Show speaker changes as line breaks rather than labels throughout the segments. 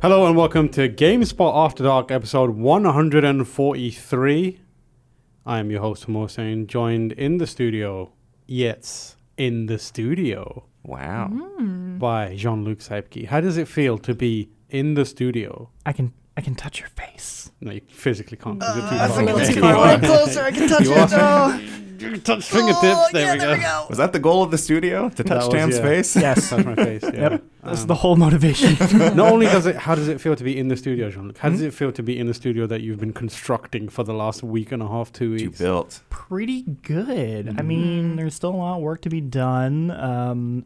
Hello and welcome to GameSpot After Dark, episode 143. I am your host, Hussein, joined in the studio, yes, in the studio,
Wow.
Mm-hmm.
by Jean Luc Saipke. How does it feel to be in the studio?
I can I can touch your face.
No, you physically can't. 'cause you're too
That's
far
a little
away.
too far away. Closer, I can touch it. Oh,
You can touch fingertips. There,
yeah,
we,
there
go.
we go.
Was that the goal of the studio? To touch
was-
Tam's
yeah.
face?
Yes. Touch my face. Yeah. Um,
Yep. That's the whole motivation.
Not only does it, how does it feel to be in the studio, Jean Luc? How
Hmm?
does it feel to be in the studio that you've been constructing for the last week and a half, two
you
weeks?
built.
Pretty
Good.
I
Mm-hmm.
mean, there's still a lot of work to be done. Um,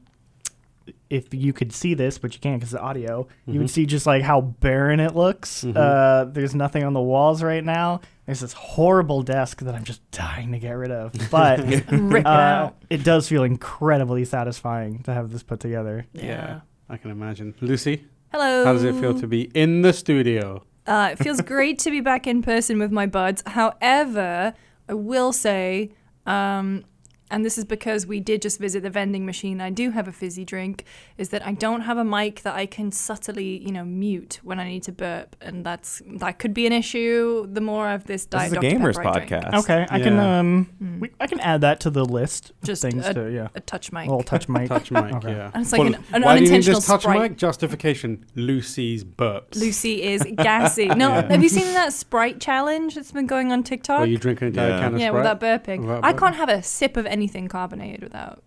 if you could see this, but you can't because of audio,
Mm-hmm.
you would see just like how barren it looks. Uh, there's nothing on the walls right now. There's this horrible desk that I'm just dying to get rid of, but
Rip it
uh,
out.
it does feel incredibly satisfying to have this put together.
Yeah, I can imagine. Lucy,
Hello.
how does it feel to be in the studio?
Uh, it feels great to be back in person with my buds. However, I will say, um, and this is because we did just visit the vending machine. I do have a fizzy drink. Is that I don't have a mic that I can subtly, you know, mute when I need to burp, and that's that could be an issue. The more of this
This
diet
is a
Dr.
gamers
Pepper I drink.
podcast.
Okay, I can
Yeah.
um, we, I can add that to the list. of
Mm. Just
things
a-
to yeah,
a touch mic.
little touch mic.
Touch mic,
Okay.
yeah.
And it's like an- an
why do you need
unintentional
this touch
sprite.
mic? Justification: Lucy's burps.
Lucy is gassy. No,
Yeah.
have you seen that Sprite challenge that's been going on TikTok?
Where you drink an entire
Yeah.
can of
yeah,
Sprite?
without burping.
Without
I
burping.
can't have a sip of anything carbonated without.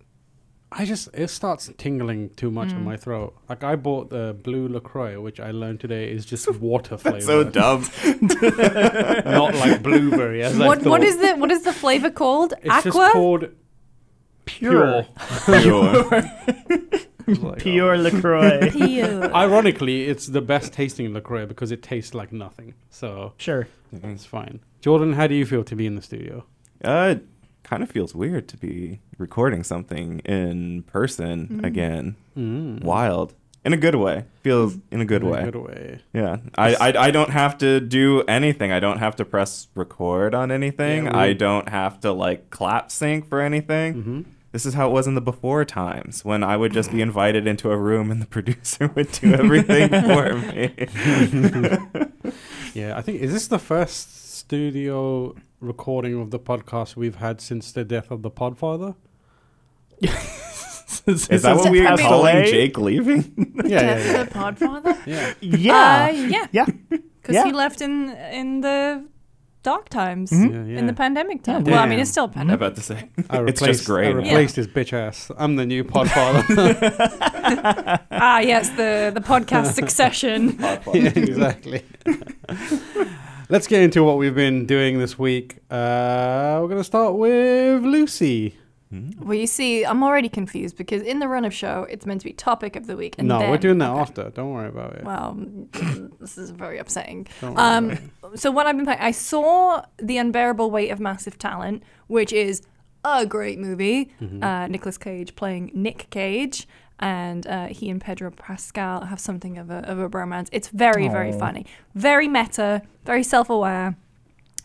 I just it starts tingling too much
Mm.
in my throat. Like I bought the blue Lacroix, which I learned today is just water flavor,
So dumb.
not like blueberry. As I
What
thought.
what is the what is the flavor called?
It's
Aqua.
just called pure.
Pure.
Pure.
Like,
Pure Lacroix.
Pure.
Ironically, it's the best tasting Lacroix because it tastes like nothing. So
sure.
it's fine. Jordan, how do you feel to be in the studio?
uh, kind of feels weird to be recording something in person
Mm-hmm.
again. Wild. In a good way. Feels in a Mm. good
Mm-hmm. Mm. In a
way.
Good way.
Yeah. I, I I don't have to do anything. I don't have to press record on anything.
Yeah, we-
I don't have to like clap sync for anything.
Mm-hmm.
This is how it was in the before times when I would just be invited into a room and the producer would do everything for me.
Yeah, I think is this the first studio recording of the podcast we've had since the death of the Podfather?
Is that what we were
I mean-
calling Jake leaving?
Yeah, yeah, yeah.
Death the Podfather.
yeah.
Yeah.
Uh, yeah.
yeah.
Because
Yeah.
he left in in the dark times,
Yeah, yeah.
Hmm? in the pandemic time.
Yeah,
well, I
yeah.
mean, it's still
I'm
pandemic.
about to say.
I
It's
replaced,
just
I
gray now.
replaced his bitch ass. I'm the new Podfather.
Ah, yes, the the podcast succession.
yeah, exactly. Let's get into what we've been doing this week. Uh, we're gonna start with Lucy.
Well, you see, I'm already confused because in the run of show, it's meant to be topic of the week. And
no,
then,
we're doing that
Okay.
after. Don't worry about it.
Wow, this is very upsetting.
Don't worry about
Um, so what I've been playing, I saw The Unbearable Weight of Massive Talent, which is a great movie.
Mm-hmm.
Uh, Nicolas Cage playing Nick Cage, and uh, he and Pedro Pascal have something of a, of a bromance. It's very, very
Aw.
funny, very meta, very self-aware,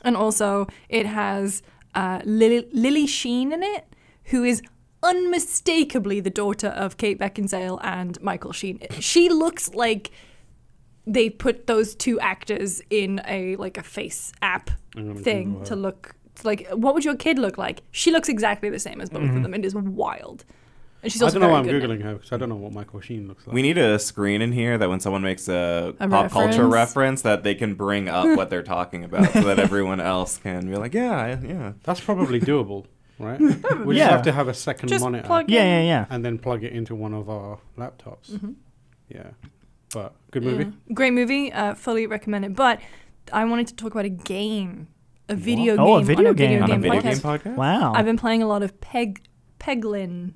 and also it has uh, Lily, Lily Sheen in it, who is unmistakably the daughter of Kate Beckinsale and Michael Sheen. She looks like they put those two actors in a like a face app
I'm gonna Google
thing
her.
to look it's like what would your kid look like? She looks exactly the same as both of them. It is wild. And
Mm-hmm.
she's
I
also
don't know why I'm
very good in it.
googling her because I don't know what Michael Sheen looks like.
We need a screen in here that when someone makes a,
A
pop culture
reference.
reference that they can bring up what they're talking about so that everyone else can be like, yeah, I- yeah.
That's probably doable, right? We just
Yeah.
have to have a second
Just
monitor.
plug
Yeah,
in.
yeah, yeah.
and then plug it into one of our laptops.
Mm-hmm.
Yeah, but good movie.
Yeah. Great movie. Uh, fully recommend it. But I wanted to talk about a game, a video game.
Oh, a
on
video game.
video
On a
game
video
podcast.
game podcast?
Wow.
I've been playing a lot of Peg Peglin.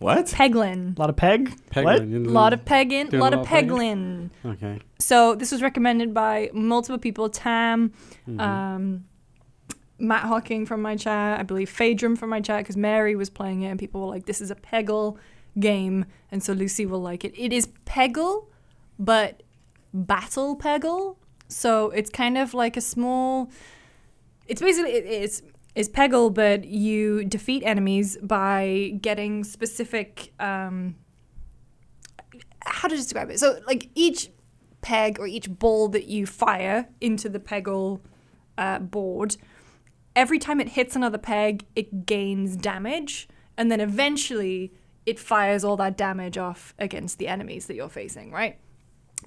What?
Peglin.
A lot of peg. What?
Peglin, you know.
A lot of pegging, Mm. a
Doing
lot of peglin.
Okay.
So this was recommended by multiple people. Tam, um, Matt Hocking from my chat, I believe Phaedrum from my chat, because Mary was playing it and people were like, this is a Peggle game. And so Lucy will like it. It is Peggle, but Battle Peggle. So it's kind of like a small. It's basically it, it's it's Peggle, but you defeat enemies by getting specific. Um, how to describe it? So like each peg or each ball that you fire into the Peggle uh, board, every time it hits another peg, it gains damage, and then eventually it fires all that damage off against the enemies that you're facing, right?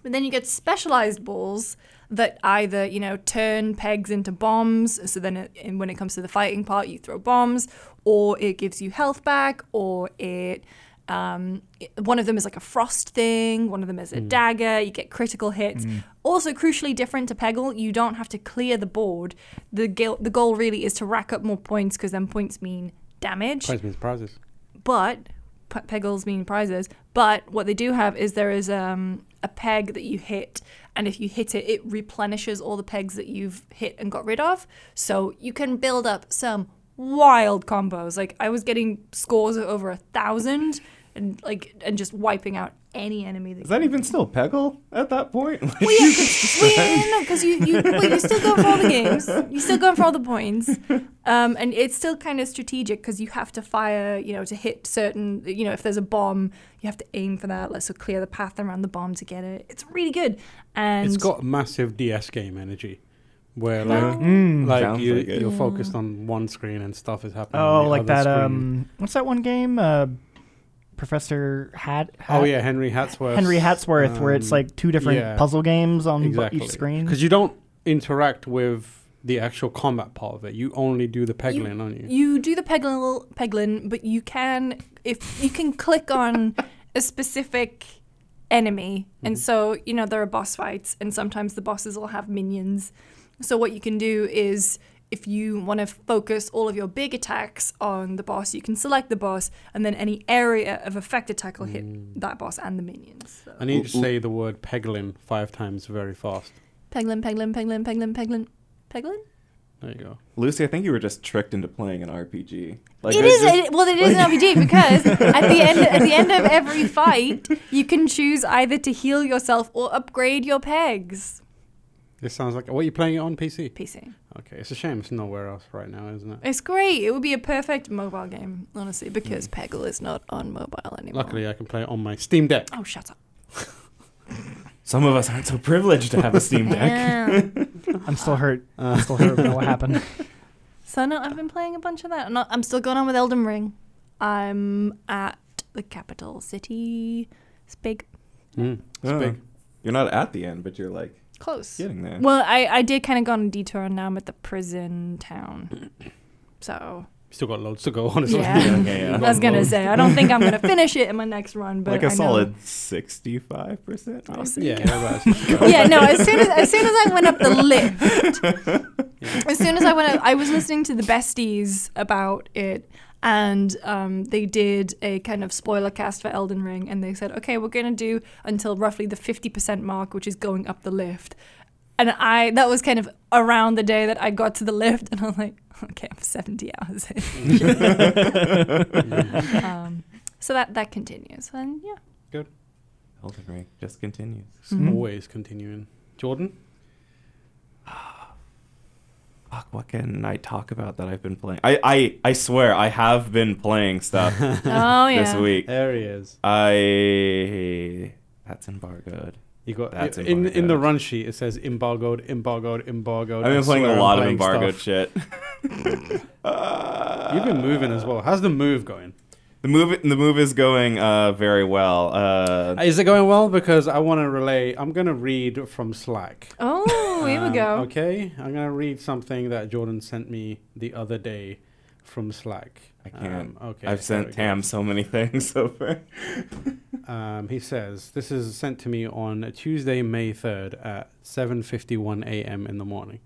But then you get specialized balls that either, you know, turn pegs into bombs. So then it, and when it comes to the fighting part, you throw bombs, or it gives you health back, or it. Um, it- one of them is like a frost thing, one of them is a dagger, you get critical hits. Also, crucially different to Peggle, you don't have to clear the board. The, gil- the goal really is to rack up more points because then points mean damage
Prize means prizes.
but p- peggles mean prizes. But what they do have is there is um, a peg that you hit, and if you hit it, it replenishes all the pegs that you've hit and got rid of. So you can build up some wild combos. Like I was getting scores of over a thousand, and like and just wiping out any enemy that.
Is that even still Peggle at that point?
Well, yeah, 'cause- well, yeah, yeah, no, because you you well, you're still going for all the games. You're still going for all the points, um, and it's still kind of strategic because you have to fire, you know, to hit certain, you know, if there's a bomb, you have to aim for that. Let's so clear the path around the bomb to get it. It's really good, and
It's got massive DS game energy, where
Yeah.
like
Mm.
like
Sounds
you,
like it.
you're focused on one screen and stuff is happening. on
Oh,
the
like
other
that.
screen.
Um, what's that one game? Uh, Professor Hat.
Oh yeah, Henry Hatsworth.
Henry Hatsworth, where it's like two different
yeah.
puzzle games on bu-
exactly
each screen.
because you don't interact with the actual combat part of it. You only do the peggling, don't you?
You do the peglin, peglin, but you can if you can click on a specific enemy, and so you know there are boss fights, and sometimes the bosses will have minions. So what you can do is if you want to focus all of your big attacks on the boss, you can select the boss, and then any area of effect attack will hit that boss and the minions. So.
I need to say the word peggling five times very fast.
Peglin, peglin, peglin, peglin, peglin, peglin.
There you go.
Lucy, I think you were just tricked into playing an RPG. Like,
It
there's
is it, well. It is an RPG because at the end at the end of every fight, you can choose either to heal yourself or upgrade your pegs.
This sounds like. What are you playing it on PC?
PC.
Okay, it's a shame it's nowhere else right now, isn't it?
It's great. It would be a perfect mobile game, honestly, because Peggle is not on mobile anymore.
Luckily, I can play it on my Steam Deck.
Oh, shut up.
Some of us aren't so privileged to have a Steam Deck.
Yeah.
I'm still hurt. I'm still hurt about what happened.
so no, I've been playing a bunch of that. I'm, not, I'm still going on with Elden Ring. I'm at the capital city. It's big,
Mm, it's
Oh.
big.
You're not at the end, but you're like
close.
getting there.
Well, I, I did kind of go on a detour, and now I'm at the prison town. So
Still got loads to go, honestly.
Yeah. Yeah,
yeah, yeah.
I was gonna say I don't think I'm gonna finish it in my next run, but
like
a
a solid sixty-five percent.
I'll see.
Yeah, thereabouts.
yeah, no. As soon as as soon as I went up the lift, as soon as I went up, I was listening to the besties about it, and um, they did a kind of spoiler cast for Elden Ring, and they said, okay, we're gonna do until roughly the fifty percent mark, which is going up the lift. And I that was kind of around the day that I got to the lift, and I'm like, okay, I'm seventy hours in. um, so that that continues, and yeah.
Elden Ring just continues.
It's always continuing. Jordan?
Fuck, what can I talk about that I've been playing? I, I, I swear I have been playing stuff
Oh yeah.
this week.
There he is.
I that's embargoed.
You got
That's
in in the
embargoed.
run sheet. It says embargoed, embargoed, embargoed.
I've
I
been playing
swear
a
I'm
lot of
playing
embargoed
stuff.
shit.
You've been moving as well. How's the move going?
The move the move is going uh, very well. Uh,
Is it going well? Because I want to relay. I'm gonna read from Slack.
Oh, here
Um,
we go.
Okay, I'm gonna read something that Jordan sent me the other day from Slack.
I can't.
Um, okay,
I've
there
sent
we go.
Tam so many things over.
Um, he says this is sent to me on Tuesday, May third at seven fifty one a.m. in the morning.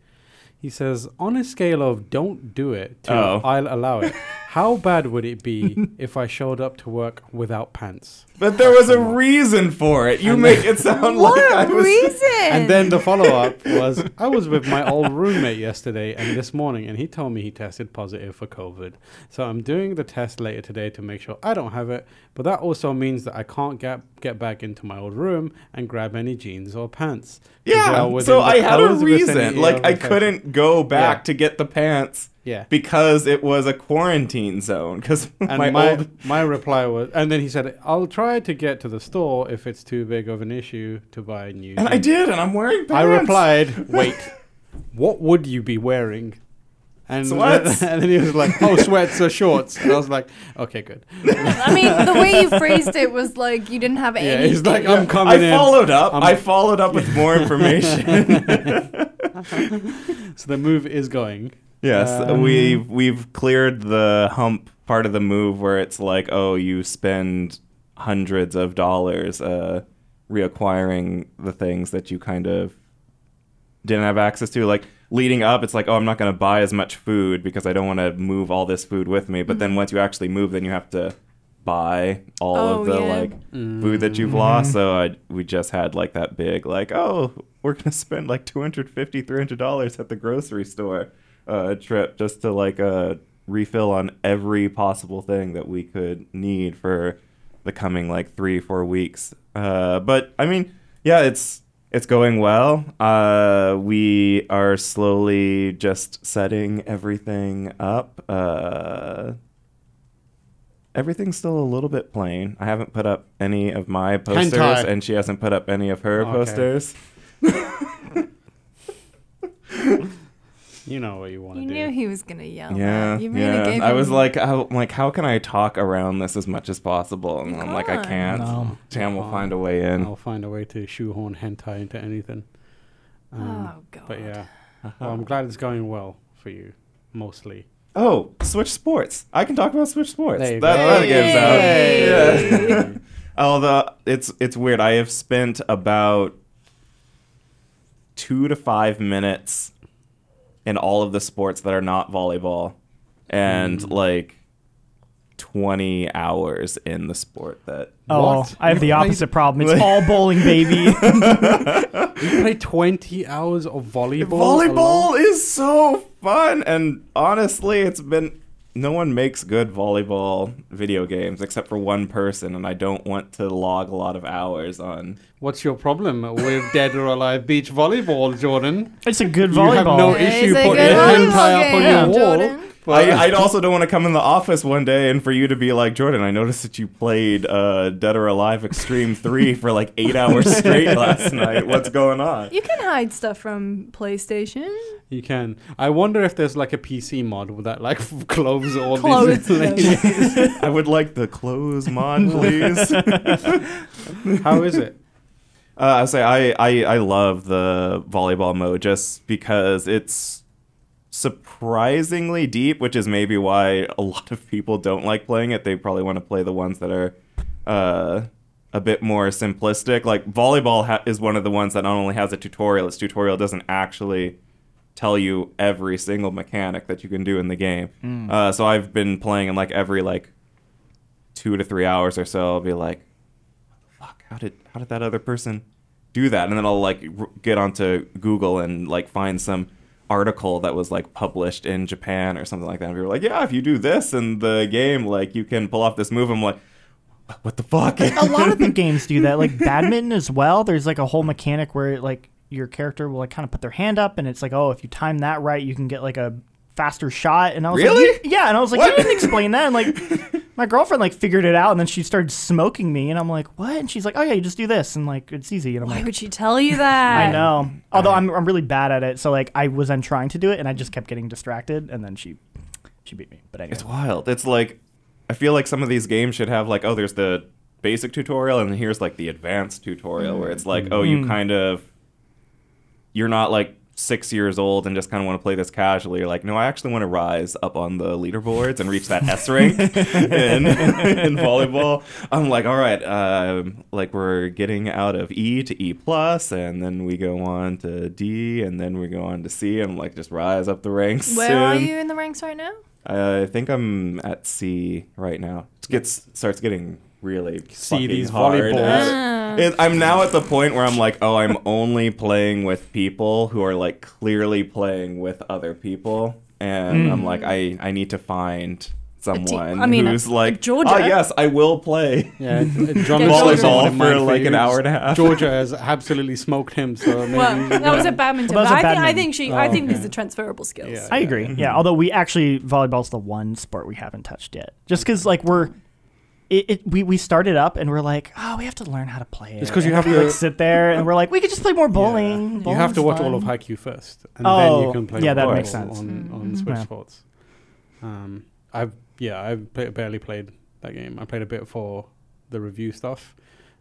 He says on a scale of "don't do it" to
Oh.
"I'll allow it," How bad would it be if I showed up to work without pants?
But there was a reason for it. You make it sound like I
What
was.
reason?
And then the follow up was I was with my old roommate yesterday and this morning, and he told me he tested positive for COVID. So I'm doing the test later today to make sure I don't have it. But that also means that I can't get, get back into my old room and grab any jeans or pants. 'Cause they are
Yeah,
within
so
the
I had a
close
reason.
vicinity
Like
of
I
infection.
couldn't go back
Yeah.
to get the pants.
Yeah.
Because it was a quarantine zone. Because
And
my,
my my,
old
reply was, and then he said, "I'll try to get to the store if it's too big of an issue to buy new."
and I
jeans."
did, and I'm wearing pants.
Hmm. I replied, "Wait, what would you be wearing?" And
Sweats.
and then he was like, "Oh, sweats or shorts?" And I was like, "Okay, good."
I mean, the way you phrased it was like you didn't have
Yeah,
any.
he's like, "I'm coming
I
in."
followed up.
I'm-
I followed up with more information.
So the move is going.
yes,
Uh,
Um,
we've we've cleared the hump part of the move where it's like, oh, you spend hundreds of dollars uh, reacquiring the things that you kind of didn't have access to. Like leading up, it's like, oh, I'm not going to buy as much food because I don't want to move all this food with me. But then
Mm-hmm.
once you actually move, then you have to buy all
Oh,
of the
yeah.
like food that you've lost. So I, we just had like that big like, oh, we're going to spend like 250 $300 at the grocery store uh, trip just to like uh, refill on every possible thing that we could need for the coming like three four weeks uh, but i mean yeah it's it's going well uh, we are slowly just setting everything up uh, everything's still a little bit plain i haven't put up any of my posters
Hentai. Oh,
and she hasn't put up any of her
Okay.
posters
You know what you want
You
to
knew
do.
he was gonna yell.
yeah
that. Oh, you really
yeah
gave
i was
him-
like how, like how can i talk around this as much as possible and i'm like i
can't.
can't
No.
tam will find a way in
I'll find a way to shoehorn hentai into anything. Um,
oh god.
But yeah, well, I'm glad it's going well for you, mostly.
Oh, Switch Sports. I can talk about Switch Sports.
There you
That,
go.
Oh, that
Hey.
gives out.
Hey.
Yeah. Although it's it's weird. I have spent about two to five minutes in all of the sports that are not volleyball, and
Mm.
like twenty hours in the sport that.
Oh,
What?
I have the
You played-
opposite problem. It's all bowling, baby.
You play 20 hours of volleyball. alone?
Volleyball is so fun, and honestly, it's been no one makes good volleyball video games except for one person, and I don't want to log a lot of hours on.
What's your problem with dead or alive beach volleyball, Jordan?
it's a good
You have
volleyball.
no
It is
issue
a
putting
good
your hentai
volleyball
up on
game,
your wall.
Jordan.
but-
I, I'd also don't want to come in the office one day and for you to be like, Jordan, I noticed that you played uh, Dead or Alive Extreme 3 for like eight hours straight last night. What's going on?
You can hide stuff from PlayStation.
You can. I wonder if there's like a PC mod with that like clothes all
Clothes
these ladies.
I would like the clothes mod, please.
How is it?
Uh, I say I, I I love the volleyball mode just because it's surprisingly deep, which is maybe why a lot of people don't like playing it. They probably want to play the ones that are uh, a bit more simplistic. Like volleyball ha- is one of the ones that not only has a tutorial, its tutorial doesn't actually tell you every single mechanic that you can do in the game. Uh, so I've been playing in like every like two to three hours or so. I'll be like, fuck how did how did that other person do that and then i'll like r- get onto google and like find some article that was like published in japan or something like that and people were like yeah if you do this in the game like you can pull off this move i'm like what the fuck
a lot of the games do that, like badminton as well. There's like a whole mechanic where like your character will like kind of put their hand up, and it's like, oh, if you time that right, you can get like a faster shot. And I was
Really?
like, "You- yeah, and I was like,
What?
you didn't explain that. And like, my girlfriend like figured it out, and then she started smoking me, and I'm like, what? And she's like, oh yeah, you just do this, and like it's easy. And I'm
Why
like.
would she tell you that?
I know. Although I'm, I'm really bad at it, so like I was then trying to do it, and I just kept getting distracted, and then she she beat me. But anyway,
It's wild. It's like I feel like some of these games should have like oh there's the basic tutorial and then here's like the advanced tutorial where
Mm.
it's like oh
Mm-hmm.
you kind of you're not like 6 years old and just kind of want to play this casually. You're like no, I actually want to rise up on the leaderboards and reach that S rank in, in volleyball. I'm like all right, um, like we're getting out of E to E plus and then we go on to D and then we go on to C and like just rise up the ranks.
Where are
and-
you in the ranks right now?
I think I'm at C right now. It gets starts getting really
See
fucking
these
hard.
Ah.
volleyballs.
It- I'm now at the point where I'm like, oh, I'm only playing with people who are like clearly playing with other people, and I'm like, I I need to find someone
I mean,
who's
uh,
like,
Georgia.
oh yes, I will play.
Yeah, John
Yeah, Volleyball
for like an hour and a half.
Georgia has absolutely smoked him, so maybe
Well, that was a badminton.
Well, that was
but
a
I think I
badminton.
think she. I
Oh,
think
okay.
these are transferable skills.
Yeah.
I agree.
Mm-hmm.
Yeah, although we actually volleyball's the one sport we haven't touched yet, just because like we're. It, it, we, we started up and we're like, oh, we have to learn how to play it.
It's 'cause you
And
have
we,
to-
like sit there and we're like, we could just play more bowling.
you have to watch
Bowling's
all of
fun."
Haikyuu first, and then you
Oh,
can play.
yeah, that
volleyball
makes sense. Mm-hmm.
on, on Switch
Yeah.
Sports. Um, I've yeah, I've ba- barely played that game. I played a bit for the review stuff.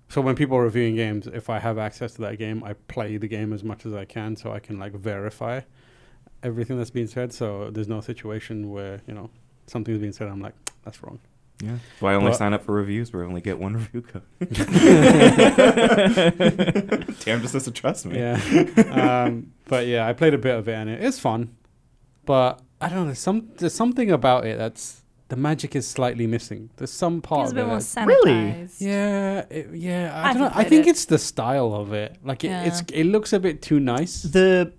So when people are reviewing games, if I have access to that game, I play the game as much as I can, so I can like verify everything that's being said. So there's no situation where you know something's being said. I'm like, that's wrong.
Yeah. Do I only
Well-
sign up for reviews where I only get one review code? Tam just doesn't trust me.
Yeah. um, but yeah, I played a bit of it and it is fun. But I don't know, there's some there's something about it that's the magic is slightly missing. There's some part
Feels a
of
bit
it
more
that-
sanitized.
Really?
yeah, it, yeah. I,
I
don't know.
haven't
I
played
think
it.
it's the style of it. Like it,
Yeah.
it's it looks a bit too nice.
the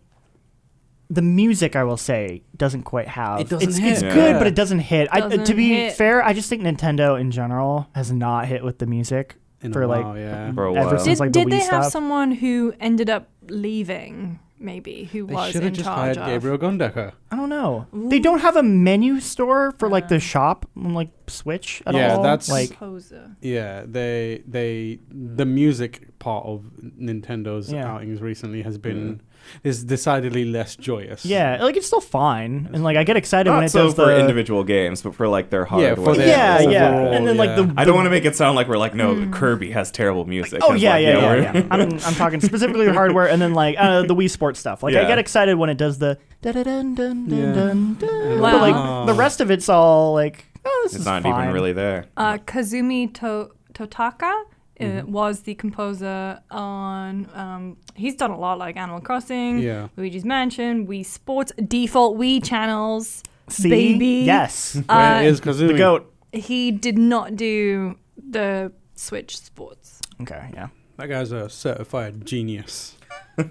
the music I will say doesn't quite have
It doesn't
it's,
hit.
it's
Yeah.
good but it doesn't hit I, to
Doesn't
be
hit.
fair I just think Nintendo in general has not hit with the music
In a
for like
while, yeah.
For a
ever
while.
since
Did,
like
did
the Wii
they
stuff.
have someone who ended up leaving? Maybe who
they
was
should have
in
just
charge
hired
of.
Gabriel Gondecker.
I don't know they don't have a menu store for like the shop on like Switch at
Yeah,
all
that's-
like
Composer.
Yeah, they they the music part of Nintendo's
Yeah.
outings recently has been is decidedly less joyous.
yeah like it's still fine and like I get excited when
Not
it
so
does
for
the
individual games, but for like their hardware.
Yeah, for their
yeah yeah
overall,
and then like
yeah.
the
I don't want to make it sound like we're like, no,
Hmm.
Kirby has terrible music.
Oh
It's
yeah,
like,
yeah, yeah.
we're-
yeah. I'm, I'm talking specifically the hardware, and then like uh, the Wii Sports stuff. Like I
Yeah.
get excited when it does the da da dun dun
Yeah.
dun dun dun.
Wow.
But like the rest of it's all like oh, this
It's
is
not
fine.
even really there.
Uh, Kazumi to- Totaka uh,
Mm-hmm.
was the composer on. Um, he's done a lot like Animal Crossing,
Yeah.
Luigi's Mansion, Wii Sports, default Wii channels.
See?
Baby.
Yes,
Where
Uh,
is Kazumi?
the goat.
He did not do the Switch Sports.
Okay, yeah.
That guy's a certified genius.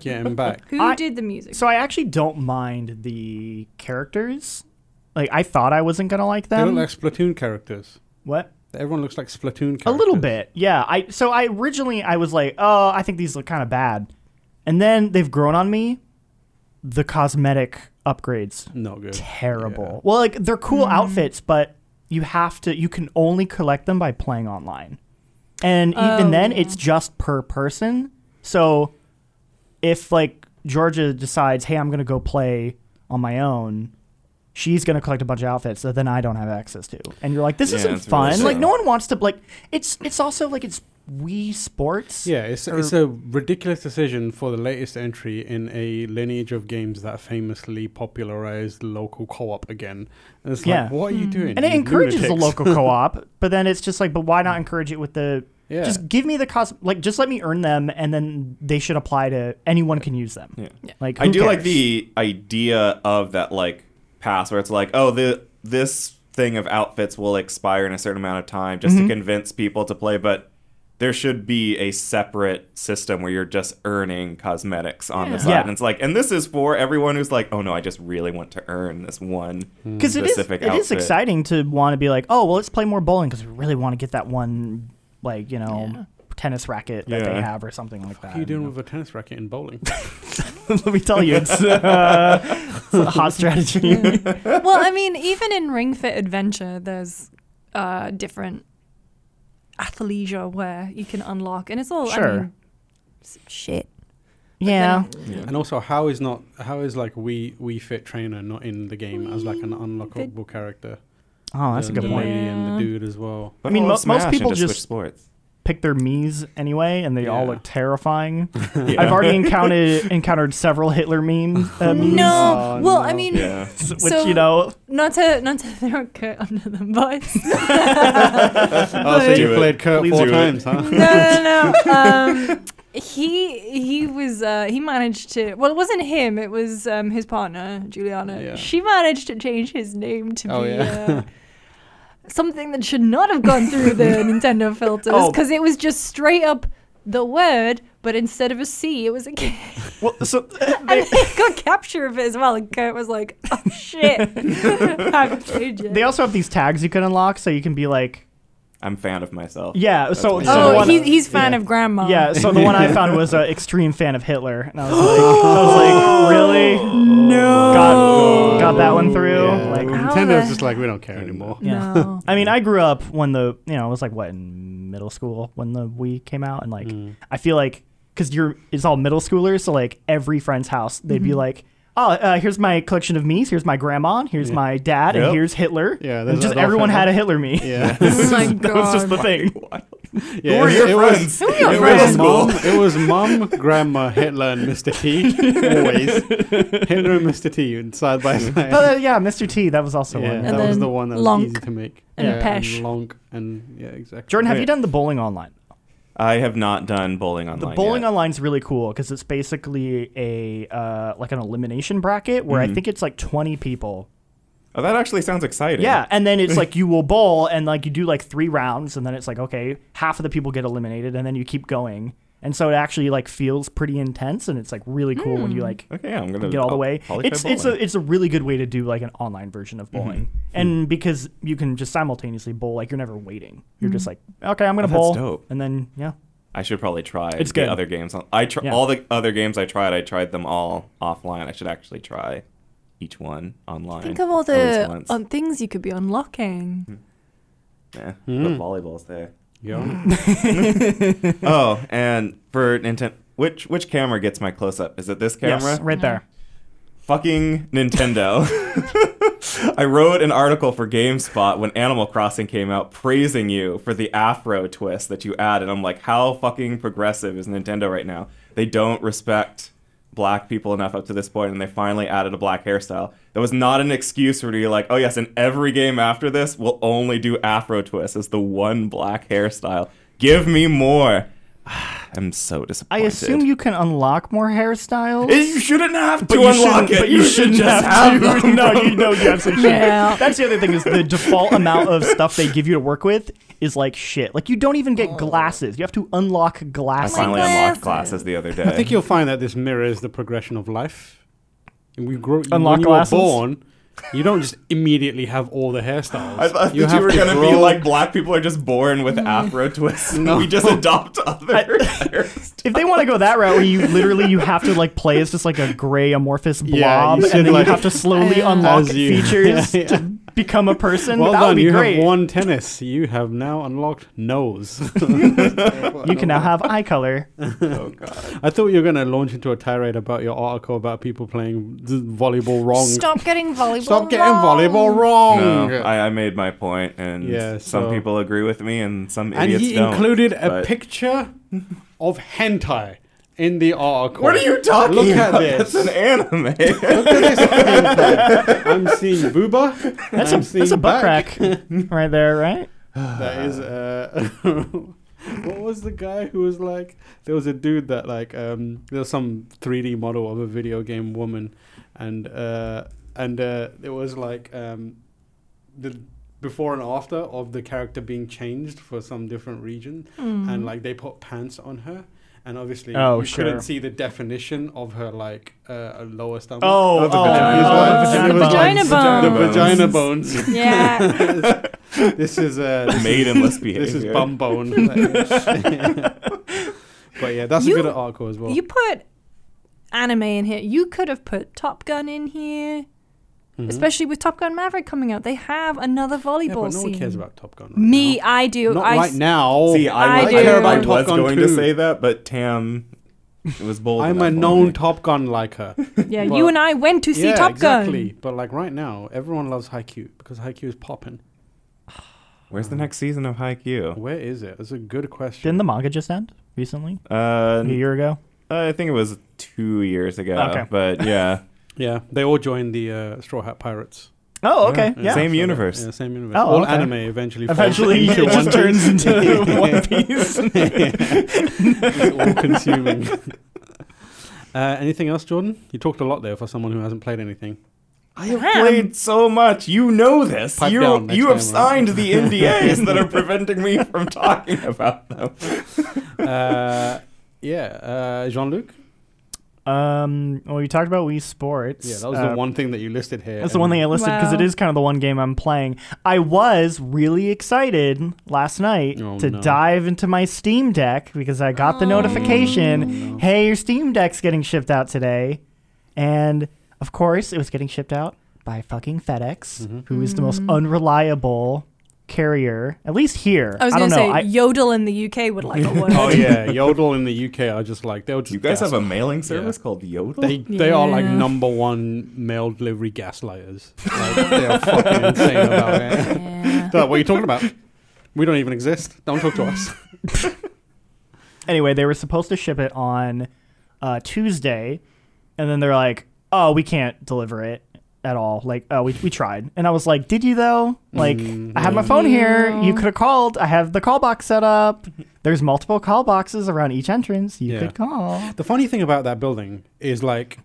Get him back.
Who
I-
did the music?
So I actually don't mind the characters. Like I thought I wasn't gonna like
They look
them.
like Splatoon characters.
what?
Everyone looks like Splatoon characters.
A little bit, yeah. I so I originally I was like, oh, I think these look kind of bad, and then they've grown on me. The cosmetic upgrades
Not good.
terrible. Well, like they're cool outfits, but you have to you can only collect them by playing online. And even
Oh,
then it's just per person. So if like Georgia decides, "Hey, I'm going to go play on my own." She's gonna collect a bunch of outfits that then I don't have access to, and you're like, "This
Yeah,
isn't
it's really
fun." like,
sad.
no one wants to like. It's it's also like it's Wii Sports.
Yeah, it's, it's a ridiculous decision for the latest entry in a lineage of games that famously popularized local co op again. And it's
Yeah. Hmm.
like, what are you doing?
and it
you
encourages the
lunatics?
local co-op but then it's just like but why not encourage it with the
Yeah.
just give me the cost like just let me earn them and then they should apply to anyone can use them
Yeah.
like
I
who
do like
cares?
the idea of that like pass where it's like, oh, the this thing of outfits will expire in a certain amount of time just
Mm-hmm.
to convince people to play, but there should be a separate system where you're just earning cosmetics on the side.
Yeah.
And it's like, and this is for everyone who's like, oh no, I just really want to earn this one
because it is
specific
it is
outfit.
exciting to want to be like oh well let's play more bowling because we really want to get that one like you know tennis racket that they
Yeah.
have or something like that
What are you doing with a tennis racket in bowling?
let me tell you it's, uh, it's a hot strategy
well, I mean, even in Ring Fit Adventure, there's uh, different athleisure wear you can unlock, and it's all I
Sure.
mean, s- shit.
yeah
and also, how is not how is like we we fit trainer not in the game as like an unlockable character?
oh that's a
The-
good
the
point
lady and the
Yeah.
dude as well.
But
I mean,
all
mo-
of Smash
most
and
people
switch
just-
sports.
pick their memes anyway, and they all
Yeah.
look terrifying. I've already encountered encountered several Hitler memes, uh, memes
No,
Oh,
well,
no.
I mean,
Yeah.
which
So-
you know.
not to not to throw Kurt under the bus.
Oh, so
But-
you
Do it.
Oh, played Kurt
Please
four
do it.
times, huh?
no, no, no. Um, he he was uh, he managed to well it wasn't him it was um, his partner Juliana
Yeah.
she managed to change his name to
Oh,
be
yeah.
uh, something that should not have gone through the Nintendo filters
Oh.
because it was just straight up the word but instead of a C it was a K
Well, so uh,
and they got capture of it as well and Kurt was like oh shit I've changed it
they also have these tags you can unlock, so you can be like,
I'm fan of myself.
yeah. So,
That's
so the
oh
one-
he's, he's fan
yeah.
of grandma
Yeah, so the one I found was an extreme fan of Hitler, and I was like, I was like, really?
No.
Got, got that one through.
Yeah.
Like,
How
Nintendo's
the-
just like we don't care anymore.
Yeah.
no
I mean, I grew up when the you know it was like what in middle school when the Wii came out, and like
Mm.
I feel like because you're it's all middle schoolers, so like every friend's house they'd
Mm-hmm.
be like. Oh, uh, here's my collection of me's. Here's my grandma. And here's my dad,
Yep.
and here's Hitler.
Yeah,
and
there's
just
Adolf
everyone
Hitler.
had a Hitler me.
Yeah.
oh my god
that was just the thing.
yeah
Who are
it-
your
it
friends?
was-
Who are your
It
friends?
was mom. It was mom, grandma, Hitler, and Mr. T. Always Hitler and Mr. T and side by side.
Oh, uh, yeah, Mr. T. That was also
yeah,
one.
that
And
was the
then
one that
Lonk
was easy to make.
and
yeah,
Pesh.
And Lonk and yeah, exactly.
Jordan, have you
Wait,
done the bowling online?
I have not done bowling online.
The bowling
yet.
online is really cool because it's basically a uh, like an elimination bracket where
Mm-hmm.
I think it's like 20 people.
Oh, that actually sounds exciting.
Yeah, and then it's like you will bowl and like you do like three rounds and then it's like okay, half of the people get eliminated and then you keep going. And so it actually like feels pretty intense and it's like really cool when you like
Okay, yeah, I'm gonna
get all the
I'll
way.
probably
It's
try
it's a
bowling.
it's a really good way to do like an online version of bowling.
Mm-hmm.
And because you can just simultaneously bowl like you're never waiting. You're just like okay, I'm going
Oh,
to
that's
bowl.
dope.
And then yeah.
I should probably try.
It's
the
good.
Other games. on- I tr-
Yeah.
all the other games I tried. I tried them all offline. I should actually try each one online.
Think of all
at least
the
once.
um, things you could be unlocking.
yeah, but volleyball's there.
Yeah.
oh, and for Nintendo, which which camera gets my close up? Is it this camera?
Yes, right there.
Fucking Nintendo. I wrote an article for GameSpot when Animal Crossing came out praising you for the afro twist that you added. I'm like, how fucking progressive is Nintendo right now? They don't respect black people enough up to this point, and they finally added a black hairstyle. That was not an excuse for you like, oh yes, in every game after this, we'll only do afro twist as the one black hairstyle. Give me more. I'm so
I
disappointed.
assume you can unlock more hairstyles.
It- you shouldn't have to
But you
unlock
shouldn't-
it.
But you, shouldn't
should just
have,
have
to.
them
No,
from
you know you absolutely shouldn't.
Yeah.
That's the other thing is the default amount of stuff they give you to work with is like shit. Like you don't even get glasses. You have to unlock
I
glasses.
finally unlocked
glasses.
glasses the other day.
I think you'll find that this mirrors the progression of life. And we grow
Unlock
when you
glasses?
were born, you don't just immediately have all the hairstyles.
I thought
have
that you were
to
gonna be
grow-
like black people are just born with afro twists.
No.
We just adopt other hairstyles.
if they want to go that route, where you literally you have to like play as just like a gray amorphous blob,
Yeah, you
and
should,
then
like-
you have to slowly unlock
As you-
features
Yeah, yeah.
to become a person.
Well
that would
done,
be
you
great.
have won tennis. You have now unlocked nose.
you can now have eye color.
Oh god.
I thought you were going to launch into a tirade about your article about people playing z- volleyball wrong.
Stop getting volleyball.
Stop getting
wrong.
volleyball wrong.
No, I, I made my point, and
Yeah,
some
so-
people agree with me, and some
and
idiots
he
don't.
included a
but-
picture of hentai in the article.
What are you talking
Look
about?
at this.
That's an anime.
Look at this hentai. I'm seeing booba.
That's
I'm
a
seeing
that's a butt
back.
crack right there, right?
That is uh What was the guy who was like there was a dude that like um there was some 3D model of a video game woman and uh and uh it was like um the before and after of the character being changed for some different region
Hmm.
and like they put pants on her and obviously
Oh,
you
sure.
couldn't see the definition of her like uh, lower stomach
Oh,
Not the
oh,
vagina.
oh,
It
the
was like-
vagina
the
bones.
vagina bones
Yeah.
this is uh, this
Made
is,
in less
This is
behavior.
bum bone. but yeah, that's
You-
a good article as well.
you put anime in here. You could have put Top Gun in here, especially with Top Gun Maverick coming out. They have another volleyball
Mm-hmm. yeah, but no
scene.
one cares about Top Gun. Right
Me,
now.
I do.
not
I
right
s-
now.
See, I,
I
was-
do.
care
I
about
Top
was
Gun
going to
2.
say that, but Tam was bold.
I'm
enough
a
on
known
me.
Top Gun liker.
Yeah,
Well,
you and I went to see
yeah,
Top
exactly.
Gun.
But like right now, everyone loves Haikyuu because Haikyuu is popping.
Where's the next season of Haikyuu?
Where is it? That's a good question.
Didn't the manga just end recently?
Uh,
A year ago?
I think it was two years ago.
Okay.
But yeah.
yeah, they all joined the uh, Straw Hat Pirates.
Oh, okay. Yeah.
Same
so,
universe.
Yeah, same universe.
Oh,
All
okay.
anime eventually. falls
Eventually,
into
it
one
just turns into One Piece.
all consuming. Uh, anything else, Jordan? You talked a lot there for someone who hasn't played anything.
I have played so much. You know this.
Pipe
You
down next
you have
time around.
signed the NDAs that are preventing me from talking about them.
Uh, yeah, uh, Jean Luc.
Um, well, you talked about Wii Sports.
Yeah, that was
Uh,
the one thing that you listed here.
That's the one thing I
and-
listed because it
Wow.
is kind of the one game I'm playing. I was really excited last night
Oh,
to
no.
dive into my Steam Deck because I got the
Oh,
notification,
no.
"Hey, your Steam Deck's getting shipped out today," and of course, it was getting shipped out by fucking FedEx,
Mm-hmm.
who is the most
Mm.
unreliable carrier, at least here.
I was
don't
going to
know.
say,
I,
Yodel in the UK would like a word.
Oh yeah, Yodel in the UK are just like they'll just.
You guys have a
gasp.
mailing service called Yodel.
They they are like
Yeah.
number one mail delivery gaslighters. Like, they're fucking insane about it.
yeah.
They're like, what are you talking about? We don't even exist. Don't talk to us.
anyway, they were supposed to ship it on uh, Tuesday, and then they're like, "Oh, we can't deliver it at all." Like, "Oh, we we tried," and I was like, "Did you though?" Like, I have my phone here. You could have called. I have the call box set up. There's multiple call boxes around each entrance. You
Yeah.
could call.
The funny thing about that building is like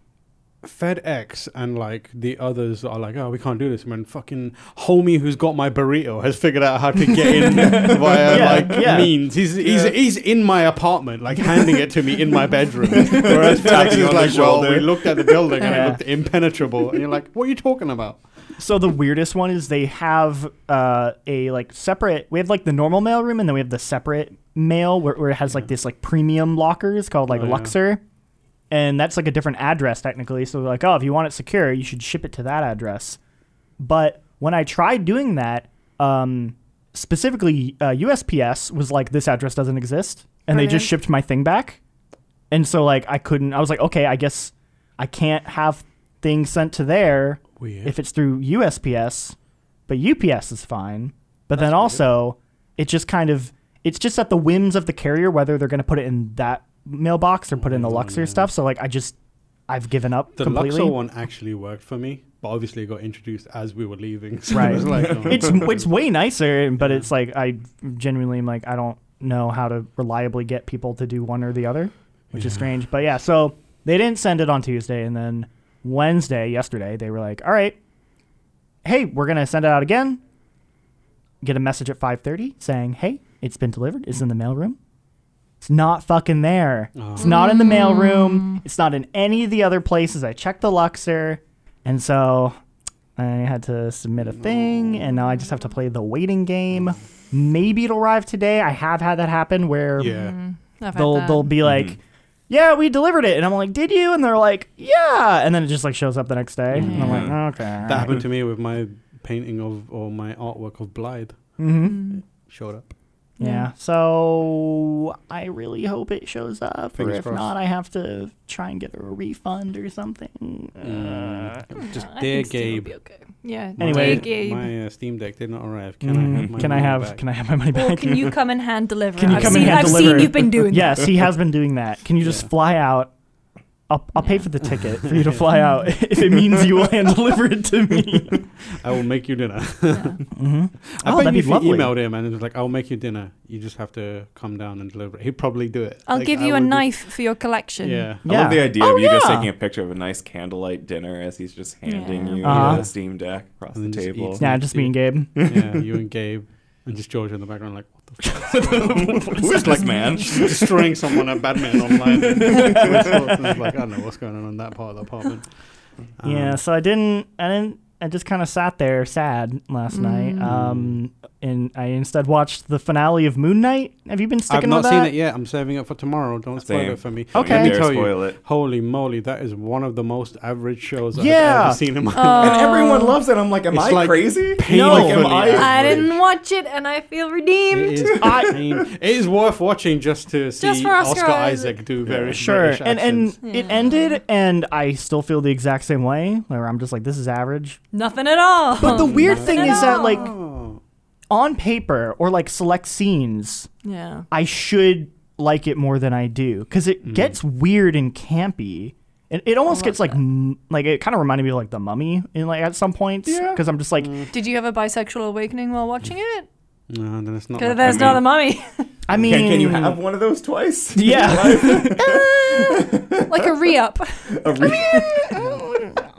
FedEx and like the others are like, oh, we can't do this. When fucking homie who's got my burrito has figured out how to get in via
Yeah,
like
yeah.
means. He's he's he's in my apartment, like handing it to me in my bedroom. Whereas FedEx
Tapping
is
on
like,
the
well,
shoulder.
we looked at the building and
Yeah.
it looked impenetrable, and you're like, what are you talking about?
So the weirdest one is they have uh, a like separate. We have like the normal mail room, and then we have the separate mail where, where it has like this like premium lockers called like
Oh, yeah.
Luxor, and that's like a different address technically. So they're like, oh, if you want it secure, you should ship it to that address. But when I tried doing that, um, specifically uh, USPS was like, this address doesn't exist, and they
Brilliant.
just shipped my thing back. And so like I couldn't. I was like, okay, I guess I can't have things sent to there
Weird.
if it's through USPS, but UPS is fine. But then also, it just kind of it's just at the whims of the carrier whether they're going to put it in that mailbox or put it in the Luxor stuff. So like I just I've given up
the
completely.
Luxor one actually worked for me, but obviously it got introduced as we were leaving. So
Right.
it was like, oh.
it's it's way nicer, but it's like I genuinely am like I don't know how to reliably get people to do one or the other, which is strange. But yeah, so they didn't send it on Tuesday, and then Wednesday, yesterday, they were like, "All right, hey, we're gonna send it out again." Get a message at 5:30 saying, "Hey, it's been delivered. It's in the mailroom." It's not fucking there. It's not in
Oh.
the mailroom. It's not in any of the other places. I checked the Luxor, and so I had to submit a thing, and now I just have to play the waiting game. Maybe it'll arrive today. I have had that happen where
yeah. Mm-hmm.
I've had
they'll
that.
they'll be like, "Yeah, we delivered it," and I'm like, "Did you?" And they're like, "Yeah," and then it just like shows up the next day, and I'm
Yeah.
like, "Okay."
Mm-hmm. That happened to me with my painting of or my artwork of Blythe.
hmm
Mm.
Showed up.
Yeah. So I really hope it shows up.
Fingers
or if
crossed.
not, I have to try and get a refund or something. Uh,
Mm. Just
Hmm. I
dear
think Steve will
Gabe.
be okay. Yeah.
Anyway-
dear Gabe.
My uh, Steam Deck did not arrive. Can I have
mm,
my
can I
money
have
back?
can I have my money
Or
back?
can you come and hand deliver?
Can
it?
you
I've
come and
seen,
hand
I've
deliver
seen
it?
you've been doing that.
yes, he has been doing that. Can you just
Yeah.
fly out? I'll, I'll pay for the ticket for you to fly out if it means you will hand deliver it to me.
I will make you dinner.
Yeah.
Mm-hmm.
I
Oh,
bet
that'd
you
be
if you
lovely.
emailed him and it was like, "I'll make you dinner. You just have to come down and deliver it." He'd probably do it.
I'll
Like,
give
I
you a
would be-
knife for your collection.
Yeah.
I love the idea
Oh,
of you just
yeah.
taking a picture of a nice candlelight dinner as he's just handing
Yeah.
you
Uh-huh.
the Steam Deck across
And
the
just
table.
eats
Yeah, just me and Gabe.
yeah, you and Gabe and just George in the background, like what the fuck?
Who is this man?
destroying someone at badminton online. And it's like I don't know what's going on in that part of the apartment. Um,
yeah, so I didn't. I didn't. I just kind of sat there sad last
Mm.
night. Um, and I instead watched the finale of Moon Knight. Have you been
I've
sticking
not
with
seen
that?
it yet. I'm saving it for tomorrow. Don't spoil
Same.
it for me.
Don't
Okay.
Let me
dare
tell you,
spoil it.
Holy moly, that is one of the most average shows I've
Yeah. Uh,
ever seen in my
Oh.
life.
And everyone loves it. I'm like, am
It's
I
like
crazy?
painfully
am
I
average.
didn't watch it and I feel redeemed.
It is,
I-
pain- it is worth watching just to see
Just for
Oscar,
Oscar
Isaac,
Isaac.
do very
Sure.
British
And and
accents.
it
Yeah.
ended, and I still feel the exact same way. Where I'm just like, this is average.
Nothing at all.
But the weird
Nothing
thing
at
is that
all.
like
Oh.
on paper or like select scenes,
yeah.
Mm.
I should like it more than I do because it gets weird and campy. It, it almost
love
gets like
that.
m- like it kind of reminded me of like the mummy in like at some points
Yeah.
because I'm just like
Mm.
Did you have a bisexual awakening while watching it?
No, then it's not.
Because
Like
there's
I
not
mean-
a mummy.
I mean
Can, can you have one of those twice?
yeah
like a re up.
A re-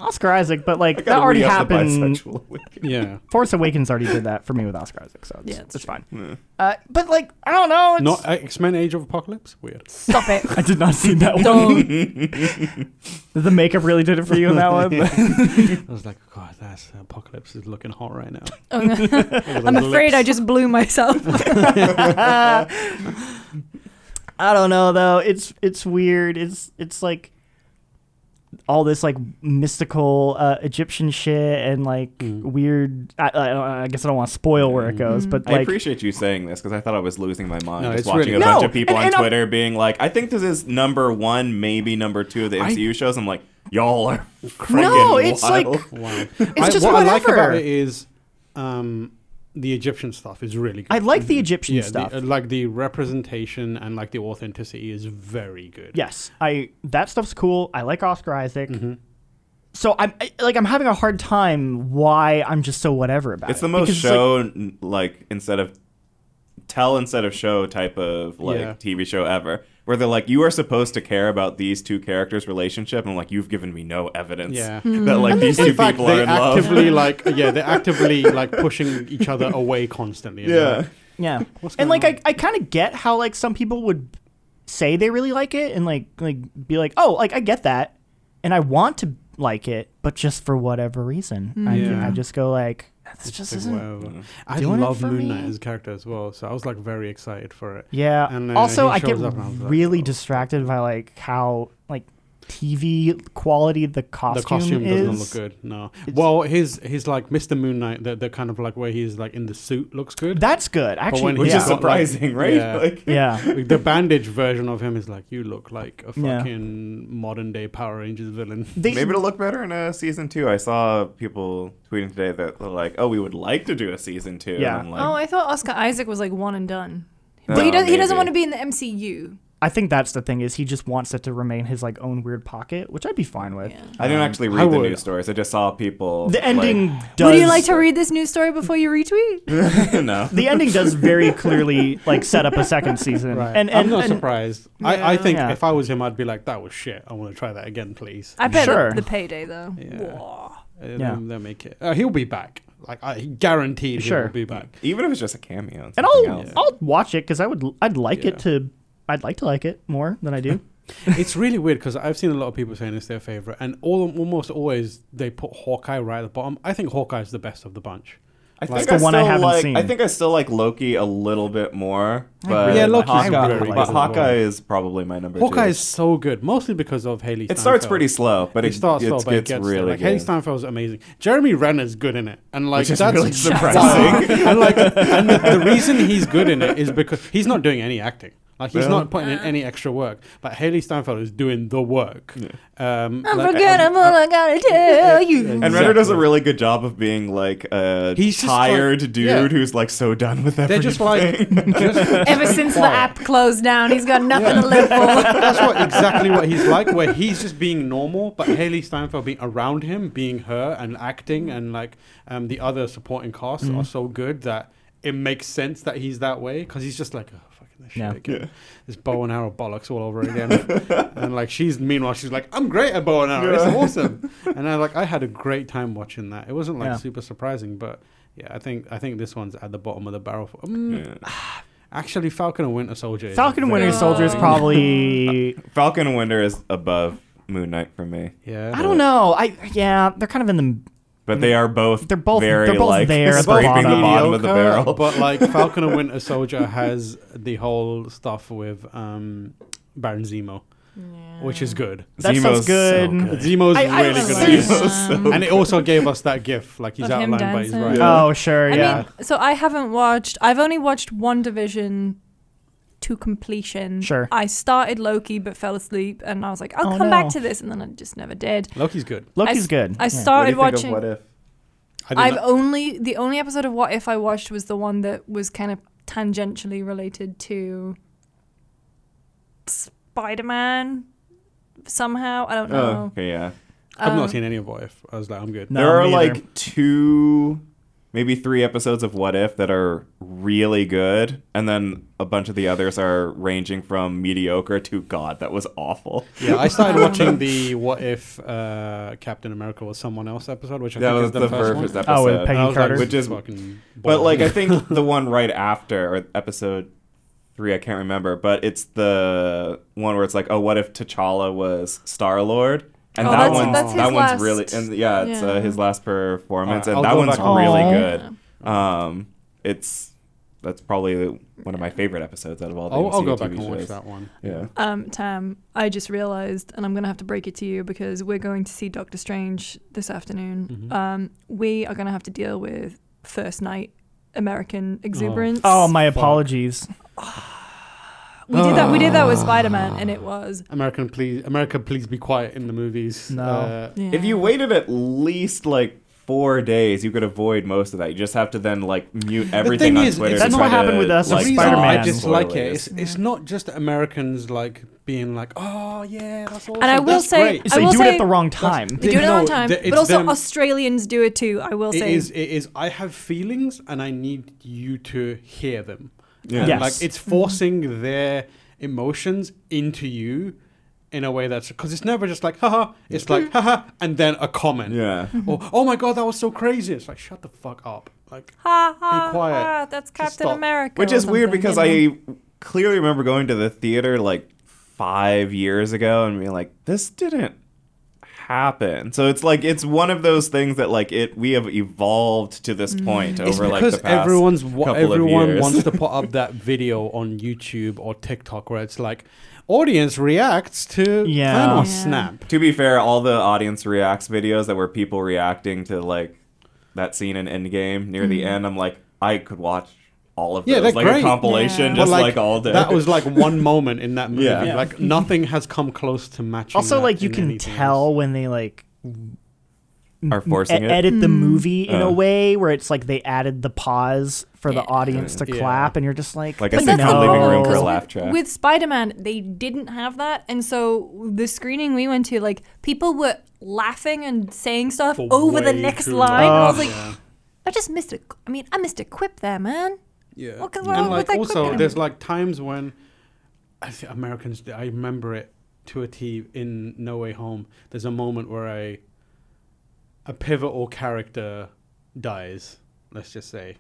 Oscar Isaac but like that
gotta
already
re-up the
happened
bisexual awakening.
yeah,
Force Awakens already did that for me with Oscar Isaac so it's,
Yeah,
it's,
it's
fine uh, but like I don't know it's,
not X Men Age of Apocalypse. Weird.
Stop it.
I did not see that one
Don't.
the makeup really did it for you in that one
I was like, God, that's Apocalypse is looking hot right now.
Oh, no. I'm afraid I just blew myself.
I don't know though. It's it's weird. It's it's like all this like mystical uh, Egyptian shit and like weird. I, I, don't- I guess I don't want to spoil where it goes, but
I
like
appreciate you saying this because I thought I was losing my mind
No,
just
it's
watching
really-
a
No,
bunch of people
and-
on
and I'm-
Twitter being like, "I think this is number one, maybe number two of the
I-
MCU shows." I'm like, "Y'all are friggin'
No, it's like-
wild."
Wow. I,
just
what I like about
whatever.
it is um, the Egyptian stuff is really good.
I like the Egyptian
yeah, the-
stuff.
uh, like the representation and like the authenticity is very good.
yes, I that stuff's cool. I like Oscar Isaac.
Mm-hmm.
So I'm I, like I'm having a hard time why I'm just so whatever about
it's
it.
the most
Because like-
show n- like, instead of tell instead of show type of like
Yeah.
TV show ever, where they're like, "You are supposed to care about these two characters' relationship," and I'm like, "You've given me no evidence
Yeah.
that like
Hmm.
these two
In fact,
people are
they
in love."
actively like yeah, they're actively like pushing each other away constantly. And they're
Yeah.
like,
Yeah.
What's
and
going
like I, I kind of get how like some people would say they really like it and like like be like, "Oh, like I get that." And I want to like it, but just for whatever reason. I,
Yeah.
I just go like Mm-hmm. that's just
like,
isn't
whatever. I
doing it
love
for
Moon Knight
me.
as a character as well, so I was like very excited for it.
Yeah.
And, uh,
also,
he
I get
shows up and I was like,
really
oh.
distracted by like how like TV quality the costume,
the costume
is.
doesn't look good. No. Well, his his like Mr. Moon Knight, the, the kind of like where he's like in the suit looks good.
That's
when
good. Actually,
he
Which
yeah.
is
got, like-
surprising, right?
Yeah.
Like,
yeah.
Like, the bandage version of him is like you look like a
Yeah.
fucking modern day Power Rangers villain.
They-
Maybe it'll look better in a season two. I saw people tweeting today that they're like, "Oh, we would like to do a season two.
Yeah.
And I'm
Oh,
like,
I thought Oscar Isaac was like one and done. But
No,
he, does, he doesn't
maybe.
want to be in the MCU.
I think that's the thing is he just wants it to remain his like own weird pocket, which I'd be fine with.
Yeah.
I didn't actually
I
read the
would-
news stories. I just saw people.
The ending does
Would you like to read this news story before you retweet?
Like, no.
the ending does very clearly like set up a second season.
Right.
And,
I'm
and,
not
and-
surprised. I, I think
Yeah.
if I was him, I'd be like, that was shit. I want to try that again, please.
I bet
Sure.
the, the payday though.
Yeah.
Whoa.
Uh,
Yeah.
they'll, they'll make it. Uh, he'll be back. Like I guaranteed,
Sure.
he'll be back.
Even if it's just a cameo. And,
and
something
I'll
else.
I'll watch it because I would I'd like
Yeah.
it to I'd like to like it more than I do.
it's really weird because I've seen a lot of people saying it's their favorite, and all almost always they put Hawkeye right at the bottom. I think Hawkeye is the best of the bunch.
I
That's
think
the
I
one I
still
haven't
like,
seen.
I think I still like Loki a little bit more, but
Yeah, Loki's
Hawkeye,
very good
but
as well.
Hawkeye is probably my number two.
Hawkeye is so good, mostly because of Haley.
It starts pretty slow, but it,
It starts
it
slow,
gets,
but it gets there.
really
like
good.
Haley Steinfeld's amazing. Jeremy Renner's good in it, and like
Which is
that's
really
Wow.
surprising.
and like, and the, the reason he's good in it is because he's not doing any acting. Like he's not putting in any extra work. But Haley Steinfeld is doing the work. Um,
I'm
like,
forgetting
um,
what I gotta tell you.
And Renner does a
Exactly.
really good job of being like a
He's just like-
tired dude
yeah.
who's like so done with everything.
They're just like just
Ever since the
quiet.
app closed down, he's got nothing to live for.
that's what exactly what he's like, where he's just being normal, but Haley Steinfeld being around him, being her, and acting, and like um, the other supporting cast
Mm.
are so good that it makes sense that he's that way because he's just like, oh, fucking this shit
Yeah.
again. This bow and arrow bollocks all over again. and like, she's meanwhile, she's like, I'm great at bow and arrow. It's awesome. And I like, I had a great time watching that. It wasn't like
Yeah.
super surprising, but. Yeah, I think I think this one's at the bottom of the barrel. For, mm, Actually, Falcon and Winter Soldier. is
Falcon and
very
Winter Soldier is
Oh.
surprising.
probably
Falcon and Winter is above Moon Knight for me.
Yeah,
I don't know. I yeah, they're kind of in the
But they are both
They're both-
very
they're both
like
there at the
scraping the
bottom.
bottom of the
Mediocre,
barrel.
But like Falcon and Winter Soldier has the whole stuff with um, Baron Zemo, which is good.
That
Zemo's
sounds good.
So good.
Zemo's
I- I
really
was
good.
like,
at it.
Zemo's so good.
And it also gave us that gif, like he's
Of him
outlined by his
dancing.
right.
Yeah.
Oh sure,
I
yeah.
mean, so I haven't watched. I've only watched one division to completion.
Sure.
I started Loki but fell asleep, and I was like, I'll
Oh,
come back
no.
to this, and then I just never did.
Loki's good.
Loki's
s-
good.
Oh,
Yeah.
I
What do you
started
think
watching.
of What If?
I didn't
I've
know-
only the only episode of What If I watched was the one that was kind of tangentially related to Spider Man somehow. I don't
Oh,
know.
okay, yeah.
I've
Um,
not seen any of What If. I was like, I'm good.
No.
there are
me either.
like two, maybe three episodes of What If that are really good, and then a bunch of the others are ranging from mediocre to God, that was awful.
Yeah, I started
Um,
watching the What If uh, Captain America was someone else episode, which I
That
think
was
is the,
the
first,
first
one.
episode.
Oh, with
And
Peggy
I was
Carter.
Like,
Which
Which
is-
is fucking.
But like I
boring.
think the one right after or episode three, I can't remember, but it's the one where it's like, oh, what if T'Challa was Star Lord? And
Oh,
that
that's-
one,
that's
that
his
one's
last-
really, and yeah, it's
Yeah.
Uh, his last
Alright,
performance, and
Uh, I'll
that
go
one's
back and
really
watch it.
good. Um, it's that's probably one of my favorite episodes out of all the
I'll, I'll
MCU
go
TV
back and watch
shows.
that one.
Yeah,
Um, Tam, I just realized, and I'm going to have to break it to you because we're going to see Doctor Strange this afternoon.
Mhm.
Um, we are going to have to deal with first night American exuberance.
Oh, my
Fuck.
apologies.
We did that. We did that
Oh.
with Spider Man, and it was.
American, please, America, please be quiet in the movies.
No.
Uh,
Yeah.
if you waited at least like. Four days, you could avoid most of that. You just have to then like mute everything
thing
on
is,
Twitter.
it's
to
not
try to,
happened with us
the
or
like,
reason
Spider-Man.
I dislike it. It's,
Yeah.
it's not just Americans like being like, oh yeah, that's awesome.
I will
that's
say-
great.
I
So you
will
do it
say-
at the wrong time.
They do it all
No,
the time,
the-
but
it's
also
them-
Australians do it too. I will
It
say.
is. It is. I have feelings, and I need you to hear them.
Yeah.
And,
Yes.
Like it's forcing their emotions into you in a way that's because it's never just like haha. It's like haha, and then a comment.
Yeah.
Or oh my god, that was so crazy. It's like shut the fuck up. Like
ha ha
quiet.
ha! That's Captain
stop.
America.
Which
or
is weird
something,
because
you
I
know?
clearly remember going to the theater like five years ago and being like, this didn't happen. So it's like it's one of those things that like it we have evolved to
Mm.
this point
it's
over like
because
the past
everyone's wa-
couple of
everyone
years.
wants to put up that video on YouTube or TikTok where it's like audience reacts to
Yeah.
Thanos
Yeah.
snap.
To be fair, all the audience reacts videos that were people reacting to like that scene in Endgame near
Mm.
the end, I'm like, I could watch all of
Yeah,
those
they're
like a
great.
compilation
But,
Yeah.
just like, all day.
That was like one moment in that movie.
Yeah. Yeah.
Like nothing has come close to matching.
Also,
that
like you
in
can
anything
tell
else.
when they like
are forcing
e-
it.
edit the
Mm.
movie in
Uh.
a way where it's like they added the pause for the
Yeah.
audience to
Yeah.
clap, and you're just like,
Like I
But
said,
that's
no
the
living
problem,
room for a
'cause
laugh
with-
track.
With Spider Man, they didn't have that. And so the screening we went to, like, people were laughing and saying stuff
For
over the
way
next
too
line.
long.
I was like,
yeah.
I just missed a, I mean, I missed a quip there, man.
Yeah.
What can-
Mm. and
what
like
that
also,
could be?
there's like times when I think Americans. I remember it to a T in No Way Home. There's a moment where a a pivotal character dies. Let's just say,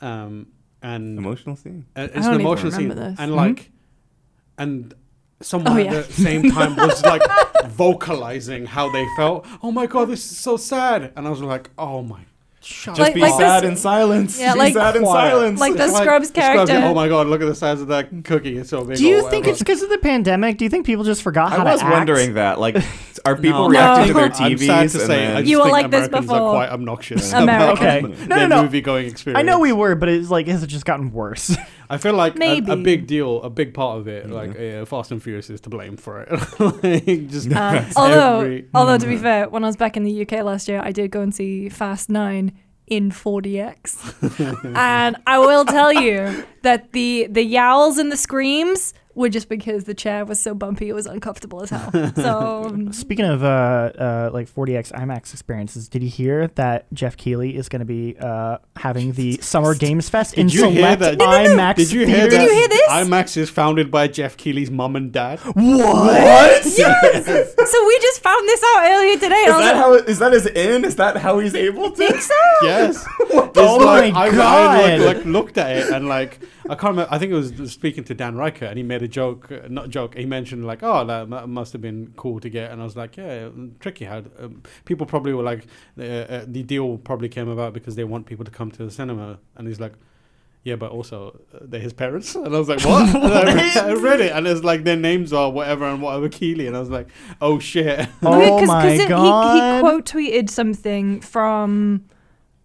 um, and
Emotional scene.
uh,
I
it's
don't
an
even
emotional scene,
remember this. Hmm?
and like, and someone
Oh, yeah.
at the same time was like vocalizing how they felt. Oh my god, this is so sad, and I was like, oh my. Shut
Just
Like-
be
like
sad
this-
in silence.
Yeah,
be
like-
sad in
Quiet.
silence.
Like the
It's
Scrubs
the
character.
oh my god, look at the size of that cookie. It's so big. Oh,
do
or
you think
whatever.
it's because of the pandemic? Do you think people just forgot how
I was
to act?
wondering that. Like, are people
No.
reacting to their
I'm- I'm
TVs?
sad to
and
say, I
then-
just
You were
think
like this
Americans
before.
are quite obnoxious.
America.
Okay,
No,
no,
their
no, no.
movie going experience.
I know we were, but it's like it's just gotten worse.
I feel like a,
Maybe.
a big deal, a big part of it, like
Mm-hmm.
uh, Fast and Furious is to blame for it. like, just
Um,
it's
although,
every-
although to be fair, when I was back in the UK last year, I did go and see Fast Nine in 4DX, and I will tell you that the the yowls and the screams were just because the chair was so bumpy, it was uncomfortable as hell. So um,
Speaking of uh, uh, like 40x IMAX experiences, did you hear that Jeff Keighley is going to be uh, having the Summer Games Fest in
Did you hear
select
that- No,
no, no.
IMAX
did you hear
theaters?
that?
Did you hear this?
IMAX is founded by Jeff Keighley's mum and dad.
What?
yes, so we just found this out earlier today. And
Is
I was
that
like,
how? Is that his in? Is that how he's able to?
think so?
Yes.
Oh
It's
my
I- I,
God.
like, like, looked at it and like I can't remember. I think it was speaking to Dan Riker and he made a joke, uh, not joke. He mentioned like, oh, that mu- must have been cool to get, and I was like, yeah, tricky. How um, people probably were like, uh, uh, the deal probably came about because they want people to come to the cinema, and he's like. Yeah, but also uh, they're his parents, and I was like, "What?" And I, re- I read it, and it's like their names are whatever and whatever Keeley, and I was like, "Oh shit!"
Oh my
it- he-
god!
He, quote tweeted something from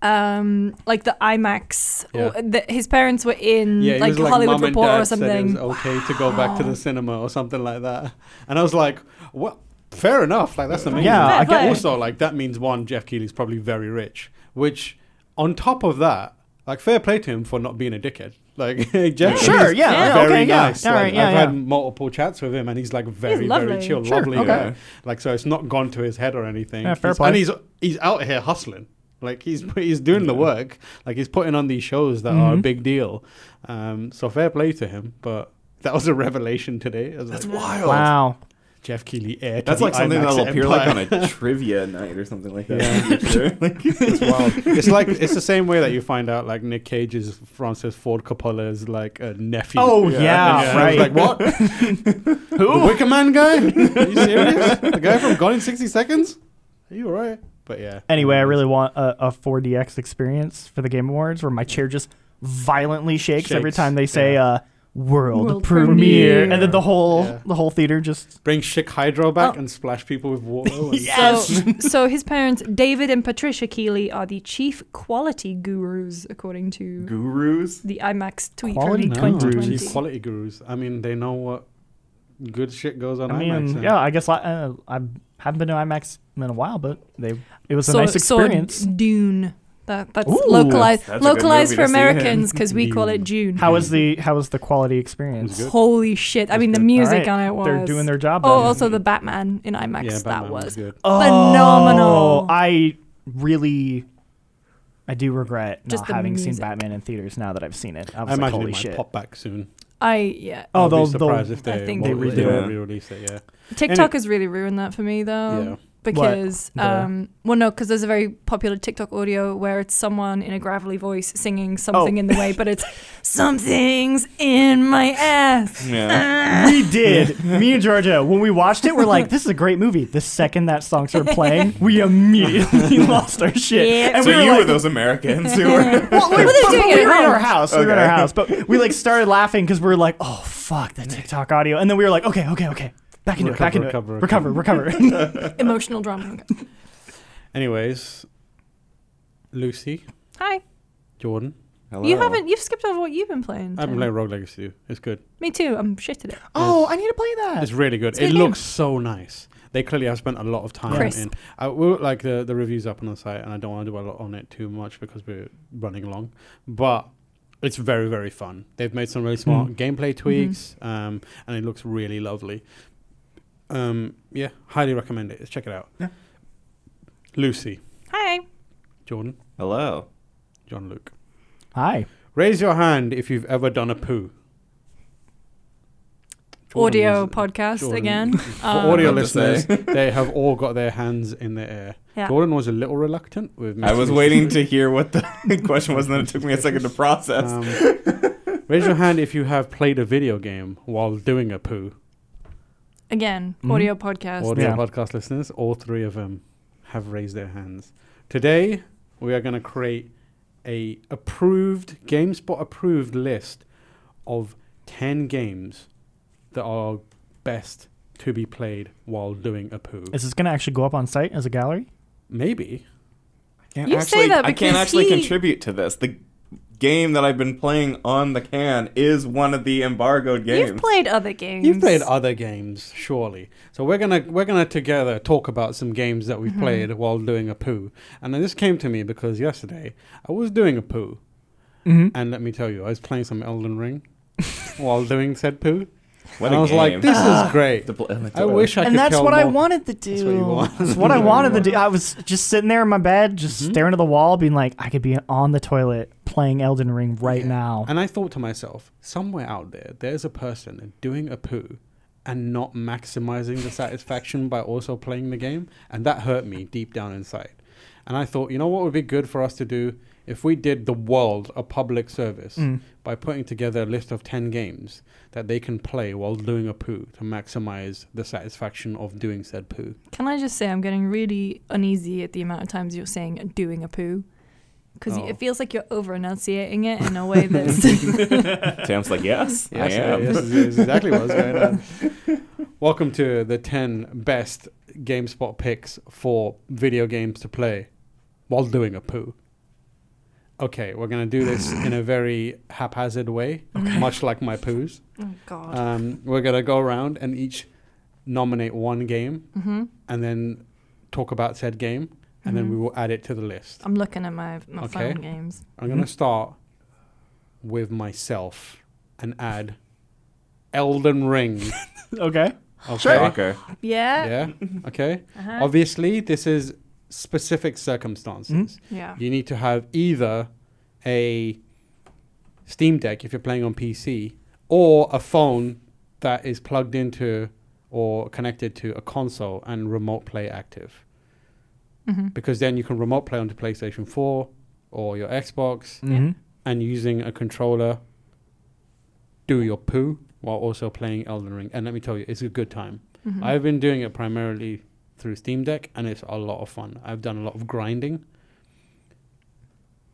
um like the IMAX.
Yeah.
Or the, his parents were in
Yeah, it
like
was
the
like
Hollywood
mum and
Reporter
dad
or something.
Said it was okay to go back to the cinema or something like that. And I was like, well, fair enough. Like that's amazing.
Yeah,
I get-
also like that means one, Jeff Keighley's probably very rich, which on top of that, like fair play to him for not being a dickhead. Like Jeff,
Sure,
is
yeah, yeah,
very
okay, yeah,
nice.
all
Like,
right, yeah,
I've
yeah.
had multiple chats with him, and he's like very, very
lovely.
chill,
Sure,
lovely
okay.
guy. Like so, it's not gone to his head or anything.
Yeah, fair
He's-
play.
And he's he's out here hustling. Like he's he's doing the work. Like he's putting on these shows that
Mm-hmm.
are a big deal. Um, so fair play to him. But that was a revelation today. I was
That's
like,
wild.
Wow.
Jeff Keighley heir. to
That's
the
like something
IMAX
that'll appear like on
empire.
a trivia night or something like that. in the future. Like,
It's wild. It's like it's the same way that you find out like Nick Cage's Francis Ford Coppola's like a nephew.
Oh yeah,
And I was
right.
Like what? The Wicker Man guy? Are you serious? the guy from Gone in sixty seconds? Are you alright? But yeah.
Anyway, I really want a, a 4DX experience for the Game Awards where my chair just violently shakes, every
Shakes,
time they say
yeah.
uh, world,
World
premiere.
premiere.
and then the whole
Yeah.
the whole theater just
bring Chick Hydro back
Oh.
and splash people with water. and-
Yes.
So, so his parents, David and Patricia Keeley, are the chief quality gurus, according to
gurus.
the IMAX tweet
Quality
from
No,
gurus.
2020.
geez, quality gurus. I mean, they know what good shit goes on
I
IMAX.
mean,
and-
yeah, I guess li- uh, I haven't been to IMAX in a while, but they it was a
Saw-
nice
saw
experience.
Dune. That, that's
Ooh.
That's- that's
localized,
a good
localized
movie
for
to see, yeah.
Americans because we call it June.
How was the how was the quality
It
experience?
was good.
Holy shit! I
That's
mean, the
good.
music
All
on
right,
it was.
They're doing their job.
Oh,
then.
also the Batman in IMAX.
Yeah,
that
Batman
was,
good.
Oh,
phenomenal.
I really, I do regret
Just
not
the
having seen
music.
Batman in theaters. Now that I've seen it, I
I
was like,
imagine
holy
it might
shit.
pop back soon.
I yeah.
Oh,
I'll
they'll-
be surprised if
they'll-
I
they,
think
they
they
re-release
will.
Yeah.
it. Yeah.
TikTok has really ruined that for me though.
Yeah.
Because
The-
um well no, because there's a very popular TikTok audio where it's someone in a gravelly voice singing
Oh.
something in the way, but it's something's in my ass.
Yeah.
we did. Me and Georgia, when we watched it, we're like, "This is a great movie." The second that song started playing, we immediately lost our shit.
Yeah.
And
So
we were
you
like,
were those Americans who were.
Well, we,
Well, they're
but
doing it
we
at
were in
home.
our house. We were in our
Okay.
house, but we like started laughing because we were like, "Oh fuck, that TikTok audio," and then we were like, "Okay, okay, okay." Back into it, back into
Recover,
it. Recover, recover.
Emotional drama.
Anyways, Lucy,
Hi.
Jordan.
Hello.
You haven't you've skipped over what you've been playing.
I've been
Tony.
playing Rogue Legacy. It's good.
Me too. I'm shit at it.
oh, I need to play that.
It's really good.
a good
It
game.
looks so nice. They clearly have spent a lot of time
Crisp.
in. I will like the the reviews up on the site, and I don't want to do a lot on it too much because we're running long. But it's very very fun. They've made some really smart gameplay tweaks, um, and it looks really lovely. Um, yeah, highly recommend it. Check it out.
Yeah.
Lucy,
Hi.
Jordan,
Hello.
John, Luke.
Hi.
Raise your hand if you've ever done a poo. Jordan
audio
was-
podcast
Jordan-
again. Um,
For audio
I was about to
listeners, they have all got their hands in the air.
Yeah.
Jordan was a little reluctant with.
I was
messages.
waiting to hear what the question was, and then it took me a second to process.
Um, raise your hand if you have played a video game while doing a poo.
Again,
Mhm.
audio podcast.
Mm-hmm. Audio
Yeah.
podcast listeners, all three of them have raised their hands. Today, we are going to create a approved GameSpot approved list of ten games that are best to be played while doing a poo.
Is this going to actually go up on site as a gallery?
Maybe.
can't
You
actually,
say that
I can't
because
actually
he-
contribute to this. The game that I've been playing on the can is one of the embargoed games.
You've played other games.
You've played other games, surely. So we're gonna we're gonna together talk about some games that we've
Mm-hmm.
played while doing a poo. And then this came to me because yesterday I was doing a poo,
Mm-hmm.
and let me tell you, I was playing some Elden Ring while doing said poo.
What
and
a
I was
game.
like, this is great.
The pl- the
I
toilet.
wish I could.
And that's
kill
what I
more-
wanted to do.
That's what you want.
That's what I wanted to do. I was just sitting there in my bed, just staring at the wall, being like, I could be on the toilet playing Elden Ring right now.
And I thought to myself, somewhere out there, there's a person doing a poo and not maximizing the satisfaction by also playing the game. And that hurt me deep down inside. And I thought, you know what would be good for us to do if we did the world a public service
Mm.
by putting together a list of 10 games that they can play while doing a poo to maximize the satisfaction of doing said poo?
Can I just say I'm getting really uneasy at the amount of times you're saying doing a poo. Because
Oh.
it feels like you're over enunciating it in a way that's.
Sam's like, yes, I am.
Yes, yes, yes, exactly what was going on. Welcome to the 10 best GameSpot picks for video games to play while doing a poo. Okay, we're going to do this in a very haphazard way, much like my poos.
oh, God.
Um, we're going to go around and each nominate one game
hmm
and then talk about said game, and then we will add it to the list.
I'm looking at my, my
Okay.
phone games.
I'm going to start with myself and add Elden Ring.
Okay.
Okay.
Shocker.
Yeah.
Yeah. Okay.
Uh-huh.
Obviously, this is specific circumstances.
Yeah.
You need to have either a Steam Deck if you're playing on PC or a phone that is plugged into or connected to a console and remote play active.
Mhm.
Because then you can remote play onto PlayStation 4 or your Xbox
Mm-hmm.
and using a controller do your poo while also playing Elden Ring. And let me tell you, it's a good time.
Mm-hmm.
Mm-hmm.
I've been doing it primarily through Steam Deck, and it's a lot of fun. I've done a lot of grinding.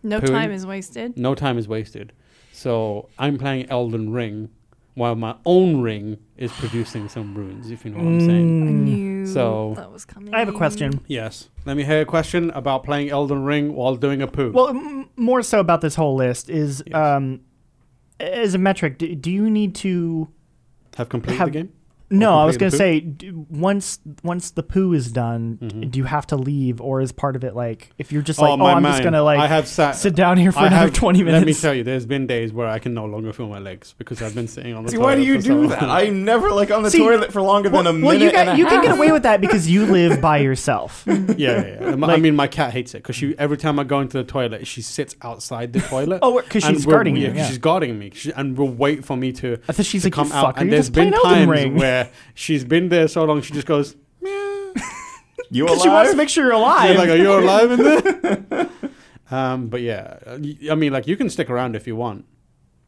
No
Pooh.
time is wasted.
No time is wasted. So I'm playing Elden Ring while my own ring is producing some runes, if you know what I'm
Mm.
saying.
I knew
Mm, So-
that was coming.
I have a question.
Yes. Let me hear a question about playing Elden Ring while doing a poo.
Well, m- more so about this whole list is
Yes.
um, as a metric, do, do you need to?
have completed
have-
the game?
No, I was
complete
going
the
to
poo?
say d- once once the poo is done, d-
Mm-hmm.
do you have to leave, or is part of it like if you're just like, oh, I'm just going to
I
like
have sat.
sit down here for
I
another
have-
20 minutes?
Let me tell you, there's been days where I can no longer feel my legs because I've been sitting on the
See, why do
toilet
you
for so
do
long.
that? I'm never like on the
See,
toilet for longer than a
well,
minute
well, you,
and a
got, you
half.
can get away with that because you live by yourself.
Yeah, yeah, yeah. My- I mean, my cat hates it because she every time I go into the toilet, she sits outside the toilet.
Oh, because
and
she's
we'll-
guarding you.
yeah,
Yeah.
She's guarding me, she, and will wait for me to,
I thought she's
to
like,
come
you
out.
fucker,
And
you're
there's
just playing
been
Elden
times
Ring.
where she's been there so long, she just goes,
You
Because she wants to
alive?
make sure you're
"You're
alive.
like, are you alive in there?" um, but yeah, uh, y- I mean, like you can stick around if you want,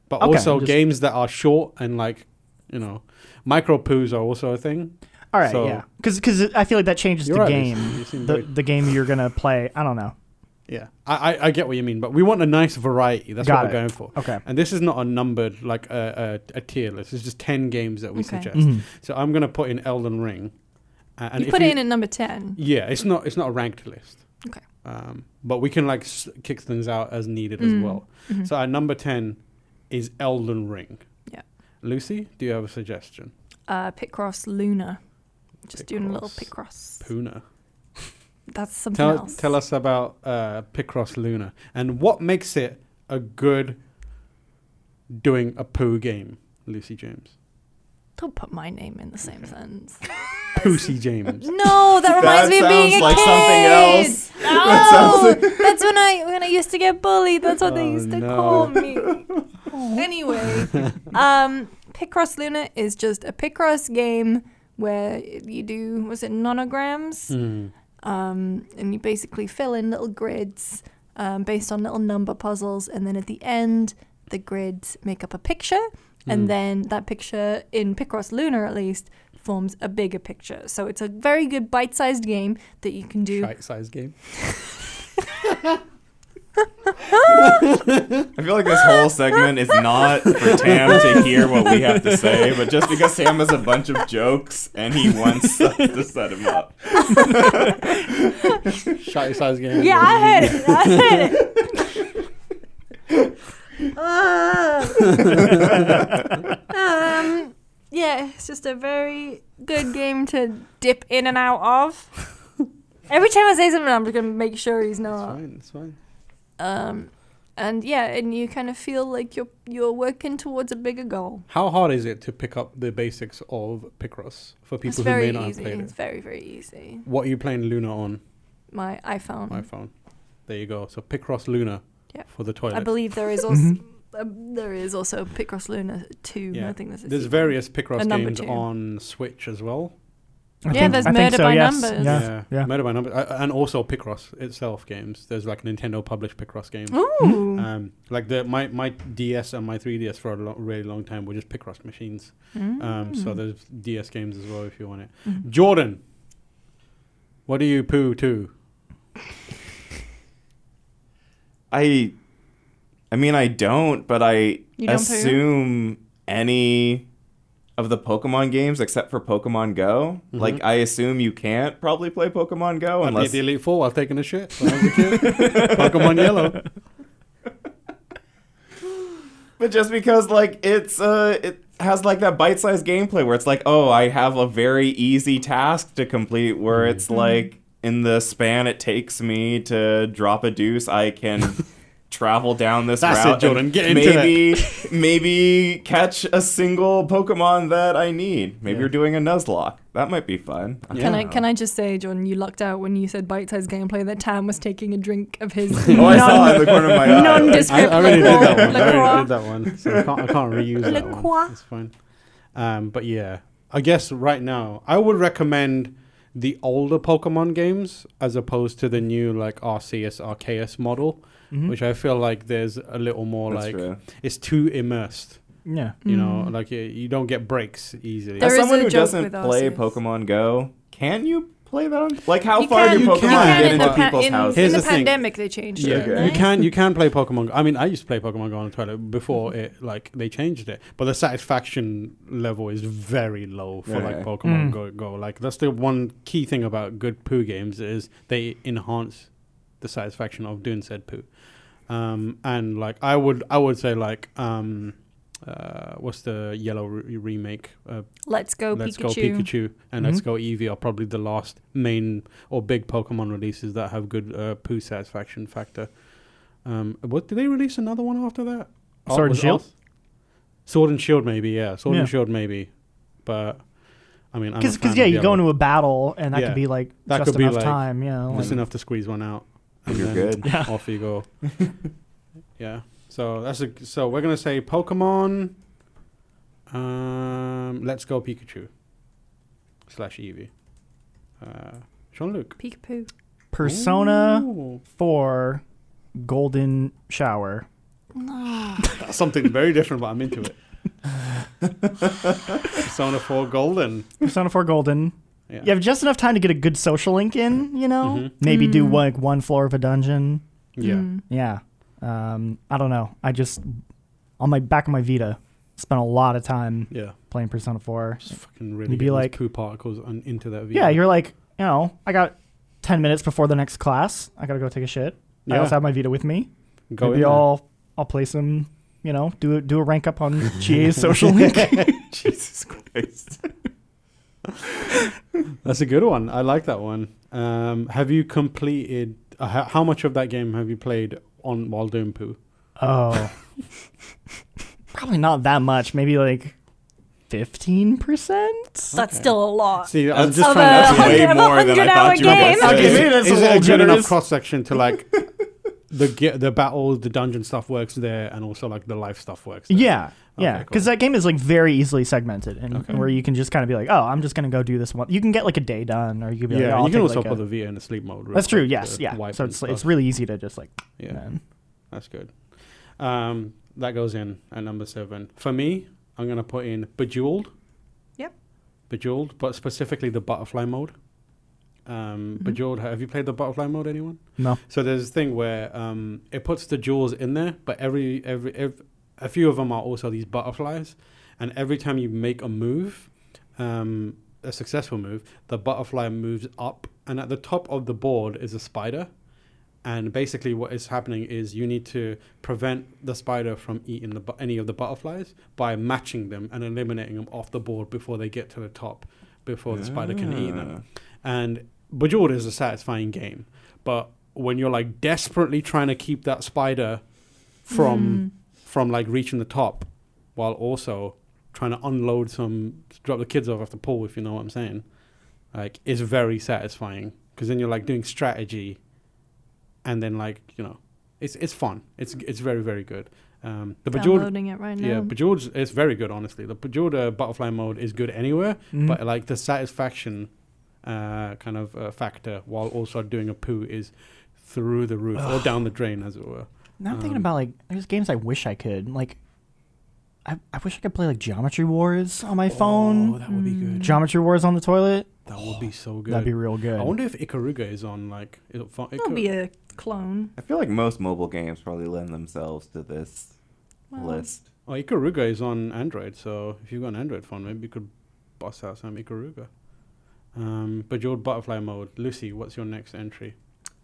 but
Okay,
also
just-
games that are short and like you know, micro poos are also a thing.
All right,
So-
yeah. Because I feel like that changes
You're
the
right, you
game.
seem- you seem
the,
very-
the game you're going to play. I don't know.
Yeah, I, I, I get what you mean, but we want a nice variety. That's
Got
what we're
it.
going for.
Okay.
And this is not a numbered like a, a, a tier list. It's just ten games that we
Okay.
suggest.
Mm-hmm.
So I'm gonna put in Elden Ring. Uh, and
you
if
put it in at number 10.
Yeah, it's not it's not a ranked list.
Okay.
Um, but we can like s- kick things out as needed as
Mm,
well. So our number ten is Elden Ring.
Yeah.
Lucy, do you have a suggestion?
Uh, Picross Luna. Just doing a little Picross.
Puna.
That's something
Tell
else.
tell us about uh, Picross Luna and what makes it a good doing a poo game, Lucy James.
Don't put my name in the same sentence.
Poosy James.
No, that reminds me of being
sounds
a
like
kid.
something else.
No, that's when I when I used to get bullied. That's what
Oh,
they used to
no.
call me. anyway, um, Picross Luna is just a Picross game where you do was it nonograms,
Mm.
Hmm.
um, and you basically fill in little grids um, based on little number puzzles, and then at the end, the grids make up a picture,
Mm.
and then that picture in Picross Lunar at least forms a bigger picture. So it's a very good bite-sized game that you can do.
Shite-sized game.
I feel like this whole segment is not for Tam to hear what we have to say, but just because Tam has a bunch of jokes and he wants us to set him up.
Shite-sized game.
Yeah, I heard it. I heard it. Ah. um, yeah, it's just a very good game to dip in and out of. Every time I say something, I'm just gonna make sure he's
It's
not.
fine. It's fine.
Um, and yeah, and you kind of feel like you're you're working towards a bigger goal.
How hard is it to pick up the basics of Picross for people
it's
who
very
may not
easy.
have played
It's
it?
very very easy.
What are you playing Luna on
My iPhone.
iPhone? There you go. So Picross Luna
Yeah.
for the toilet.
I believe there is also um, there is also Picross Luna two.
Yeah.
I think there's a
There's
sequel.
various Picross
And number
games
two.
on Switch as well.
I
Yeah,
think-
there's
I think
murder
so,
by
yes.
numbers.
Yeah.
yeah. Murder by Numbers, uh, and also Picross itself games. There's like Nintendo published Picross games.
Ooh.
Um, like the my, my DS and my 3DS for a lo- really long time were just Picross machines. Um, So there's DS games as well if you want it. Jordan, what do you poo to?
I I mean I don't, but I
You don't poo?
assume any of the Pokemon games except for Pokemon Go. Like I assume you can't probably play Pokemon Go
I beat
Oh, unless
the Elite Four while taking a shit when I was a kid. Pokemon Yellow.
But just because like it's uh it has like that bite-sized gameplay where it's like, oh, I have a very easy task to complete where it's like in the span it takes me to drop a deuce, I can travel down this
That's it,
route.
Jordan.
and
Get into
maybe, maybe catch a single Pokemon that I need. Maybe
Yeah.
you're doing a Nuzlocke. That might be fun. I
Can
don't
I
know.
can I just say, Jordan, you lucked out when you said bite size gameplay that Tam was taking a drink of his
Oh, I saw it
non-
in the corner of my eye.
I,
nondescript
I already did that one. I
LaCroix.
already did that one. So I can't, I can't reuse that
LaCroix.
one. It's fine. Um, but yeah, I guess right now I would recommend the older Pokemon games as opposed to the new like Arceus Arceus model, which I feel like there's a little more
That's
like
true.
it's too immersed.
Yeah.
You know, like you, you don't get breaks easily.
Mm. There
As
is
someone
a
who
joke
doesn't
with
play
Arceus.
Pokemon Go, can you play that on? Like, how
You
far
can-
do
You
Pokemon
can
get
in
into
the pa-
people's
in,
houses?
Here's
in the,
the thing.
pandemic, they changed
Yeah,
it.
Okay.
you
right?
can you can play Pokemon. Go. I mean, I used to play Pokemon Go on the toilet before it like they changed it, but the satisfaction level is very low for
Okay.
like Pokemon
Hmm.
Mm.
Go, Go. Like that's the one key thing about good poo games is they enhance the satisfaction of doing said poo. Um, and like I would I would say like um, uh, what's the yellow re- remake? Uh,
Let's go
Let's Go
Pikachu.
Pikachu and Let's
Mm-hmm.
Go Eevee are probably the last main or big Pokemon releases that have good uh, poo satisfaction factor. Um, what did they release another one after that? Ar-
Sword and
was
Shield?
Ar- Sword and Shield, maybe yeah. Sword
Yeah.
and Shield, maybe. But I mean,
Because yeah, you go into a battle and that
Yeah.
could be like
That
just
could be,
enough
like,
time. Yeah.
just
Like,
enough to squeeze one out.
If you're
then
good.
Yeah.
Off you go. yeah. So that's a, so we're gonna say Pokemon. Um, let's go Pikachu. Slash Eevee. Uh, Jean Luc.
Peekapoo.
Persona Four, Golden Shower.
That's something very different, but I'm into it. Persona 4 Golden.
Persona Four Golden.
Yeah.
You have just enough time to get a good social link in. You know,
Mhm.
maybe do like one floor of a dungeon.
Yeah.
Mm.
Yeah. Um, I don't know. I just on my back of my Vita spent a lot of time
Yeah.
playing Persona Four.
Just fucking really
You'd be
get these
like-
poo particles on, into that view.
Yeah, you're like, you know, I got ten minutes before the next class. I gotta go take a shit. I
Yeah.
also have my Vita with me.
go in
Maybe
there.
I'll I'll play some. You know, do a, do a rank up on GA's social link.
Jesus Christ.
That's a good one. I like that one. Um, have you completed? Uh, how, how much of that game have you played on while doing poo?
Oh, probably not that much. Maybe like fifteen percent.
That's still a lot.
See, I'm
That's-
just
Of
trying.
a
That's
That's way
hundred- of a
more than I
hundred
thought
hour
you were
game.
gonna
Okay,
say.
maybe that's
is it
a little
a good enough
generous.
cross section to like the ge- the battle, the dungeon stuff works there, and also like the life stuff works? There.
Yeah. Yeah,
Okay,
because
cool.
that game is like very easily segmented, and
Okay.
where you can just kind of be like, "Oh, I'm just gonna go do this one." You can get like a day done, or you can be
yeah.
like,
and
oh, I'll
you can
take,
also
like, a-
put the Vita in the sleep mode. real
That's true.
quick
Yes.
to
Yeah.
wipe
So
and
it's it's
stuff.
really easy to just like.
yeah.
man.
That's good. Um, that goes in at number seven. For me, I'm gonna put in Bejeweled.
Yep.
Bejeweled, but specifically the butterfly mode. Um, Bejeweled. Have you played the butterfly mode, anyone?
No.
So there's this thing where um, it puts the jewels in there, but every, every ev a few of them are also these butterflies, and every time you make a move, um, a successful move, the butterfly moves up, and at the top of the board is a spider, and basically what is happening is you need to prevent the spider from eating the bu- any of the butterflies by matching them and eliminating them off the board before they get to the top, before the spider can eat them. And Bejeweled is a satisfying game, but when you're like desperately trying to keep that spider
Hmm.
from from like reaching the top, while also trying to unload some drop the kids off after pool, if you know what I'm saying, like it's very satisfying because then you're like doing strategy, and then like you know, it's it's fun. It's it's very very good. Um, the Bejeweled
Downloading it right now.
yeah, Bejeweled is very good, honestly. The Bejeweled uh, butterfly mode is good anywhere,
Hmm. Mm-hmm.
but uh, like the satisfaction uh, kind of uh, factor while also doing a poo is through the roof or down the drain, as it were.
Now I'm thinking
Um,
about like there's games I wish I could like. I, I wish I could play like Geometry Wars on my
Oh,
phone.
that would be good.
Geometry Wars on the toilet.
That would be so good.
That'd be real good.
I wonder if Ikaruga is on like. Is it fun?
That'll be a clone.
I feel like most mobile games probably lend themselves to this
Well,
list.
oh, Ikaruga is on Android, so if you've got an Android phone, maybe you could bust out some Ikaruga. Um, Bejeweled butterfly mode. Lucy, what's your next entry?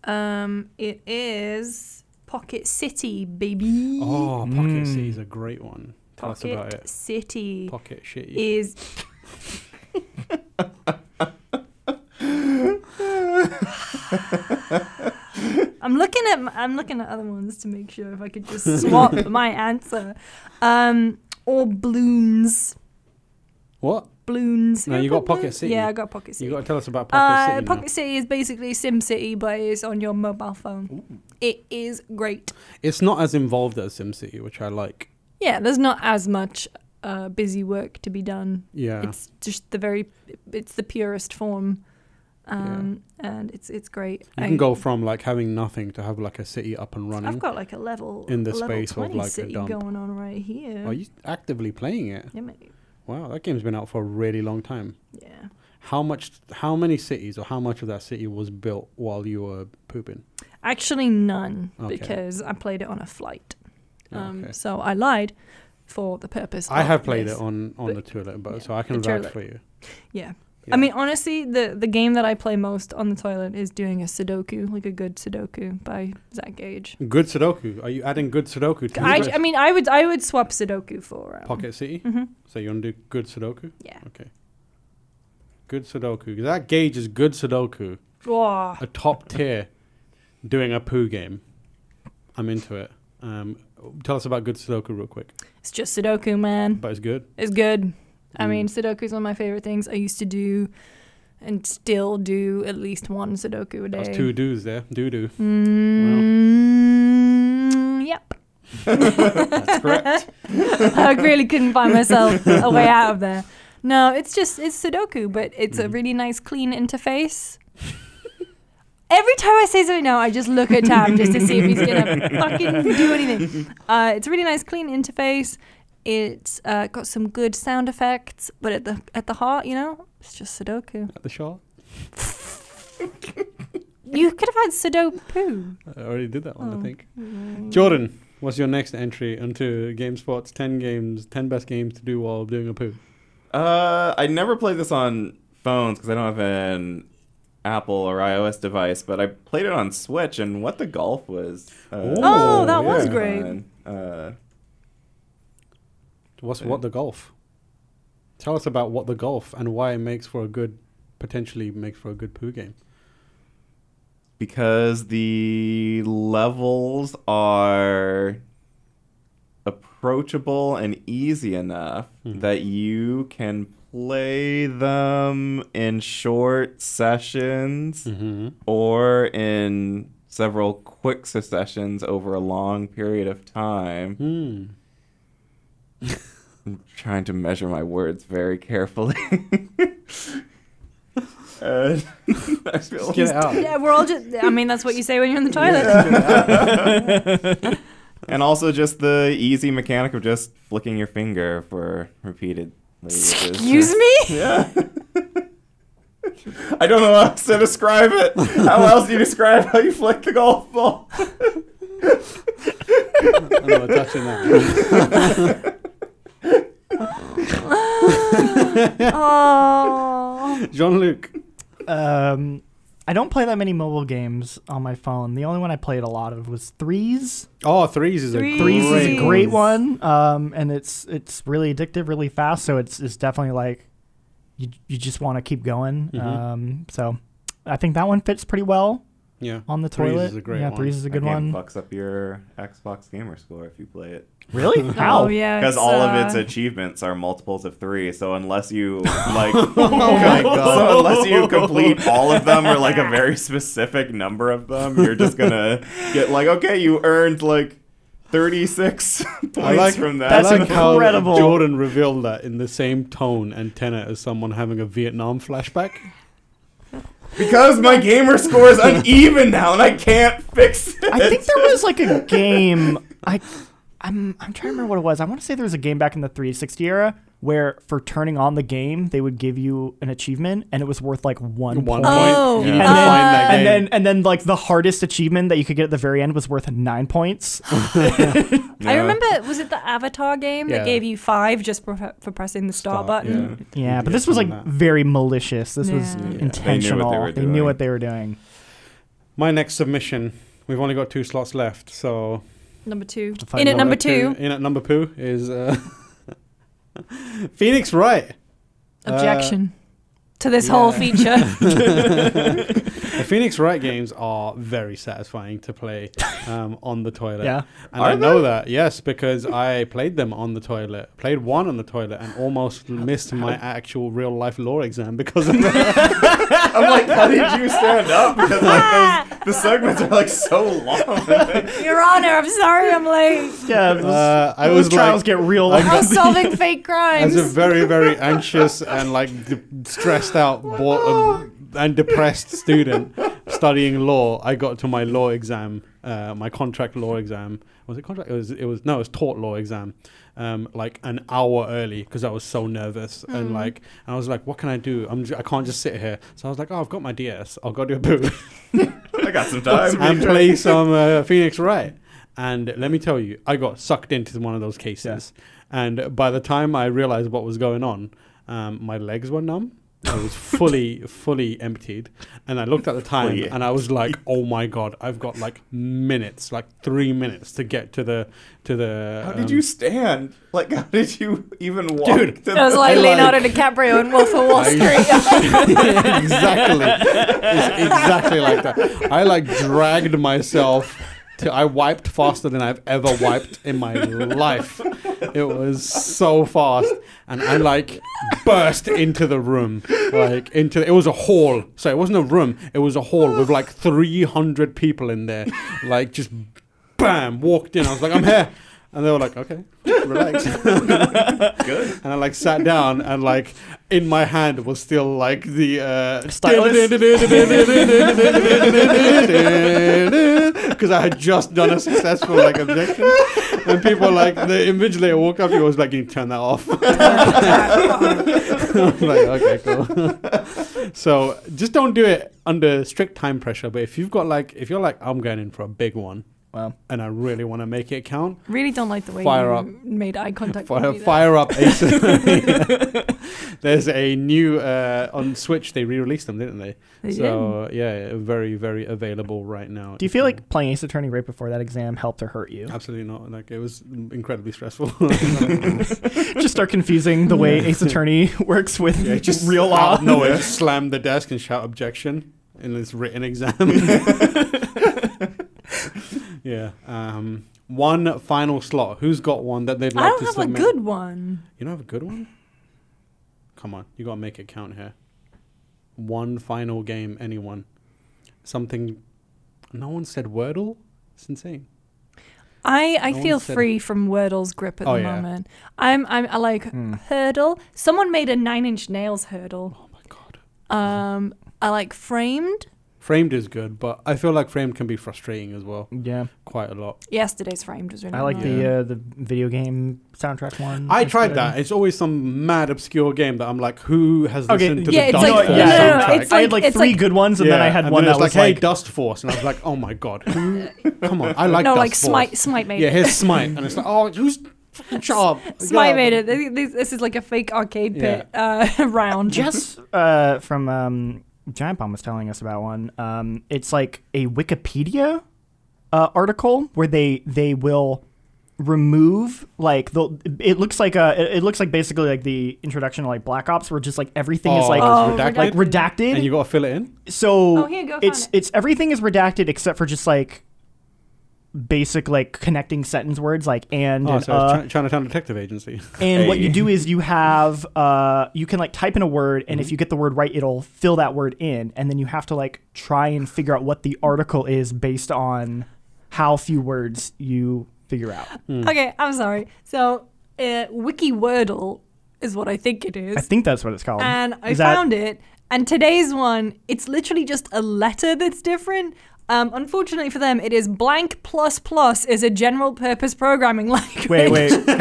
Um, it is Pocket City, baby.
Oh, Pocket
Mm.
C is a great one. Tell us about
Pocket
it.
City
Pocket shitty.
is I'm I'm looking at m- I'm looking at other ones to make sure if I could just swap my answer. Um, or balloons,
What?
balloons.
No, you got Pocket City.
Yeah, I got Pocket City.
You got to tell us about
uh,
Pocket City. now.
Pocket City is basically SimCity, but it's on your mobile phone. It is great.
It's not as involved as SimCity, which I like.
Yeah, there's not as much uh, busy work to be done.
Yeah.
It's just the very, it's the purest form, um, and it's it's great.
you
I-
can go from like having nothing to have like a city up and running.
I've got like a level
in the
a level
space of,
20
like, a
city
dump. Oh,
going on right here.
Are you actively playing it?
Yeah, mate.
Wow, that game's been out for a really long time.
Yeah.
How much? How many cities or how much of that city was built while you were pooping?
Actually, none
Okay. Oh,
because I played it on a flight. Um,
Okay.
So I lied for the purpose.
I
of
have played
this.
it on on
but-
the toilet, but
yeah,
so I can
the
vouch
toilet.
for you.
Yeah.
Yeah.
I mean, honestly, the the game that I play most on the toilet is doing a Sudoku, like a good Sudoku by Zach Gage.
Good Sudoku. Are you adding good Sudoku to
I,
your
I mean, I would I would swap Sudoku for um,
Pocket City?
mhm.
So you want to do good Sudoku?
Yeah.
Good Sudoku. That gauge is good Sudoku.
Whoa.
A top tier doing a poo game. I'm into it. Um, tell us about good Sudoku real quick.
It's just Sudoku, man.
But it's good.
It's good. I
Mm.
mean, Sudoku is one of my favorite things. I used to do and still do at least one Sudoku a day.
That's two do's there. Doo doo.
Mm, Yep.
That's correct.
I really couldn't find myself a way out of there. No, it's just it's Sudoku, but it's a
Mm.
Mhm.
really nice, clean interface. Every time I say something now, I just look at Tab just to see if he's gonna fucking do anything. Uh, it's a really nice, clean interface. It's uh, got some good sound effects, but at the at the heart, you know, it's just Sudoku.
At the shot.
You could have had Sudoku.
I already did that one,
Oh.
I think.
Mm.
Jordan, what's your next entry into GameSpot's 10 games, 10 best games to do while doing a poo?
Uh, I never played this on phones because I don't have an Apple or iOS device, but I played it on Switch, and what the golf was. Uh,
Oh, that was
great.
fun. Uh,
What's What the Golf? Tell us about What the Golf and why it makes for a good, potentially makes for a good poo game.
because the levels are approachable and easy enough
Hmm.
that you can play them in short sessions
Mm-hmm.
or in several quick successions over a long period of time.
Hmm.
I'm trying to measure my words very carefully. Uh, I feel
Just get it out.
Yeah, we're all just. I mean, that's what you say when you're in the toilet.
And also just the easy mechanic of just flicking your finger for repeated.
Excuse me.
Yeah. I don't know how else to describe it. How else do you describe how you flick the golf ball?
I'm not touching that.
oh.
Jean Luc.
Um, I don't play that many mobile games on my phone. The only one I played a lot of was Threes.
Oh, threes is a
Threes.
great
Threes is a
Threes.
great one, um, and it's it's really addictive, really fast. So it's it's definitely like you you just want to keep going.
Mhm.
Um, so I think that one fits pretty well
Yeah.
on the
Threes
toilet.
is a great
yeah,
one.
Threes is a good
That game
one.
Fucks up your Xbox gamer score if you play it.
Really? How?
Oh yeah.
Because all of its
uh,
achievements are multiples of three, so unless you like,
Oh
so unless you complete all of them or like a very specific number of them, you're just gonna get like, okay, you earned like thirty six points from that.
That's
I like
incredible.
how Jordan revealed that in the same tone and tenor as someone having a Vietnam flashback.
because my gamer score is uneven now, and I can't fix it.
I think there was like a game. I, I'm, I'm trying to remember what it was. I want to say there was a game back in the 360 era where for turning on the game they would give you an achievement and it was worth like one,
One
point.
Oh,
point. You need
yeah.
to
And then,
find that
Uh, and
game.
then and then like the hardest achievement that you could get at the very end was worth nine points.
I
Yeah.
remember. Was it the Avatar game
Yeah.
that gave you five just for, for pressing the star,
Stop,
button?
Yeah.
Yeah, but
get
this was
some
like
of that.
very malicious. This was
Yeah. Yeah. They knew what
they
intentional.
were
They knew
doing.
what they were doing.
My next submission. We've only got two slots left, so
Number two.
To find
In at
out
number two
In at number two is uh, Phoenix Wright.
objection to this whole
yeah.
feature.
The Phoenix Wright games are very satisfying to play um, on the toilet.
Yeah.
and
Are
I know
they?
that yes because I played them on the toilet, played one on the toilet, and almost missed my actual real life law exam because of that.
I'm like, how did you stand up? Because like those, the segments are like so long.
Your Honor, I'm sorry I'm late.
Yeah, those,
Uh, I
those
was
trials
like,
get real.
I
I
long.
was solving fake
as
crimes.
a very very anxious and like de- stressed out bo- um, and depressed student studying law i got to my law exam uh, my contract law exam was it contract it was it was no it was taught law exam um, like an hour early because i was so nervous and like i was like what can i do i'm j- i can't just sit here so i was like oh i've got my ds i'll go do a boot
I got some time.
and play some uh, Phoenix Wright. And let me tell you, I got sucked into one of those cases. And by the time I realized what was going on, um, my legs were numb. I was fully, fully emptied. And I looked at the time
Fully
and I was like, oh my God, I've got like minutes, like three minutes to get to the, to the.
How did
um,
you stand? Like, how did you even walk?
Dude,
to
That was
the-
like
I like-
Leonardo DiCaprio and Wolf of
I-
Wall Street.
exactly. It's exactly like that. I like dragged myself to I wiped faster than I've ever wiped in my life. It was so fast and I like burst into the room. Like into it was a hall. So it wasn't a room, it was a hall with like 300 people in there. Like just bam, walked in. I was like, "I'm here." And they were like, "Okay, relax."
Good.
and I like sat down and like in my hand was still like the uh
Stylus?
because I had just done a successful like objection and people like the invigilator walked up to you and was like you can turn that off I'm like okay cool so just don't do it under strict time pressure but if you've got like if you're like I'm going in for a big one
Well,
and I really want to make it count
really don't like the way
Fire
you
up.
made eye contact
Fire,
with me there.
fire up Ace. There's a new uh, on Switch. They re-released them, didn't they?
They
so yeah, very very available right now.
do you feel like playing Ace Attorney right before that exam helped or hurt you?
Absolutely not. Like it was incredibly stressful.
just start confusing the way Ace Attorney works with
yeah, just
real law.
out of nowhere, just slam the desk and shout objection in this written exam. yeah. Um, one final slot. Who's got one that they'd like
I don't
to
have a
submit?
good one.
You don't have a good one? Come on, you gotta make it count here. One final game, anyone. Something no one said Wordle? It's insane.
I, I
No one
feel
said-
free from Wordle's grip at
Oh,
the
yeah. Hmm.
moment. I'm I'm I like hurdle. Someone made a nine inch nails hurdle.
Oh my god.
Um, I like framed.
Framed is good, but I feel like framed can be frustrating as well.
Yeah,
Quite a lot.
Yesterday's framed was really.
I like
nice.
the uh, the video game soundtrack one.
I
That's
tried
good.
that. It's always some mad obscuure game that I'm like, who has
Okay,
listened to
yeah,
the
it's
Dust
like-
Force
no, no, no,
soundtrack?
I had
it's like-
like
it's
three
like-
good ones, and then I
Yeah,
had
and
one
it
that was
hey,
like,
Dust Force, and I was like, oh my god, who? Come on, I like
no,
Dust
like
Force.
smite smite made
Yeah,
it.
here's Smite, and it's like, oh, who's job?
Smite made it. This- This, this is like a fake arcade pit uh, round.
Jess uh, from um, Giant Bomb was telling us about one. Um, it's like a Wikipedia uh, article where they they will remove like they'll it looks like a it- it looks like basically like the introduction to like Black Ops where just like everything is like
Oh,
redacted,
like redacted.
and you got to fill it in.
so
Oh, here, go
it's
find it.
it's everything is redacted except for just like basic like connecting sentence words like and
Oh,
and
so it's
uh,
Chi- Chinatown Detective Agency.
and what you
Hey.
do is you have uh you can like type in a word and
Mm-hmm.
if you get the word right it'll fill that word in and then you have to like try and figure out what the article is based on how few words you figure out
Hmm.
Okay, I'm sorry. So uh, Wiki Wordle is what I think it is.
i think that's what it's called
and I
Is that-
found it. And today's one, it's literally just a letter that's different. Um, unfortunately for them, it is blank plus plus is a general purpose programming language.
wait wait can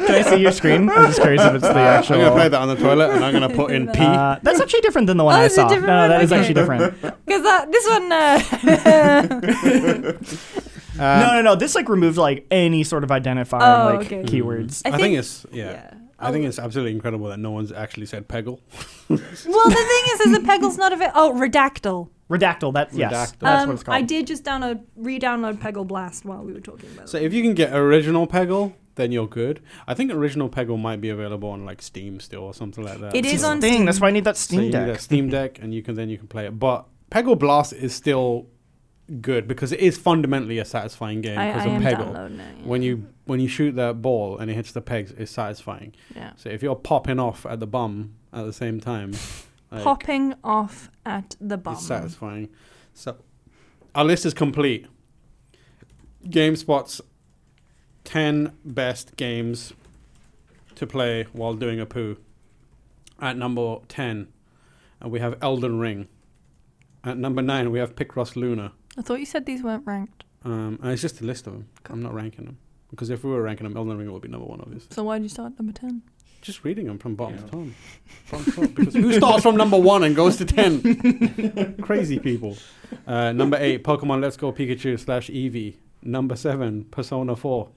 i see your screen i'm just curious if it's the actual
Uh, I'm gonna play that on the toilet, and I'm gonna put in P.
Uh, that's actually different than the one
Oh,
I
is it
saw. No,
different
no,
one?
that is
Okay.
actually different.
Because that this one, uh,
Uh,
no, no, no. This like removed like any sort of identifying
Oh,
like
Mm-hmm.
okay.
keywords.
I, think, it's yeah.
yeah.
I
Oh.
think it's absolutely incredible that no one's actually said Peggle.
well, the thing is, is the Peggle's not of it. Oh, redactal.
Redactal. That's yes.
Redactal.
That's
Um,
what it's called.
I did just download, re-download Peggle Blast while we were talking about
So
it.
if you can get original Peggle, then you're good. I think original Peggle might be available on like Steam still or something like that.
It is on
Dang, that's
Steam.
why I need that
So you
Steam
need
Deck.
a Steam Deck, and you can then you can play it. But Peggle Blast is still good because it is fundamentally a satisfying game
I,
because
I
of
am
Peggle.
downloading it. yeah.
When you when you shoot that ball and it hits the pegs, it's satisfying.
Yeah.
So if you're popping off at the bum at the same time, like,
popping off at the bum.
it's satisfying. So our list is complete. GameSpot's ten best games to play while doing a poo. At number ten, and we have Elden Ring. At number nine, we have Picross Luna.
I thought you said these weren't ranked.
Um, and it's just a list of them. I'm not ranking them because if we were ranking them, Elden Ring would be number one, obviously.
So why did you start at number ten?
Just reading them from bottom
Yeah.
to top. Bottom to top, because who starts from number one and goes to ten? Crazy people. Uh, number eight, Pokemon Let's Go Pikachu slash Eevee. Number seven, Persona 4,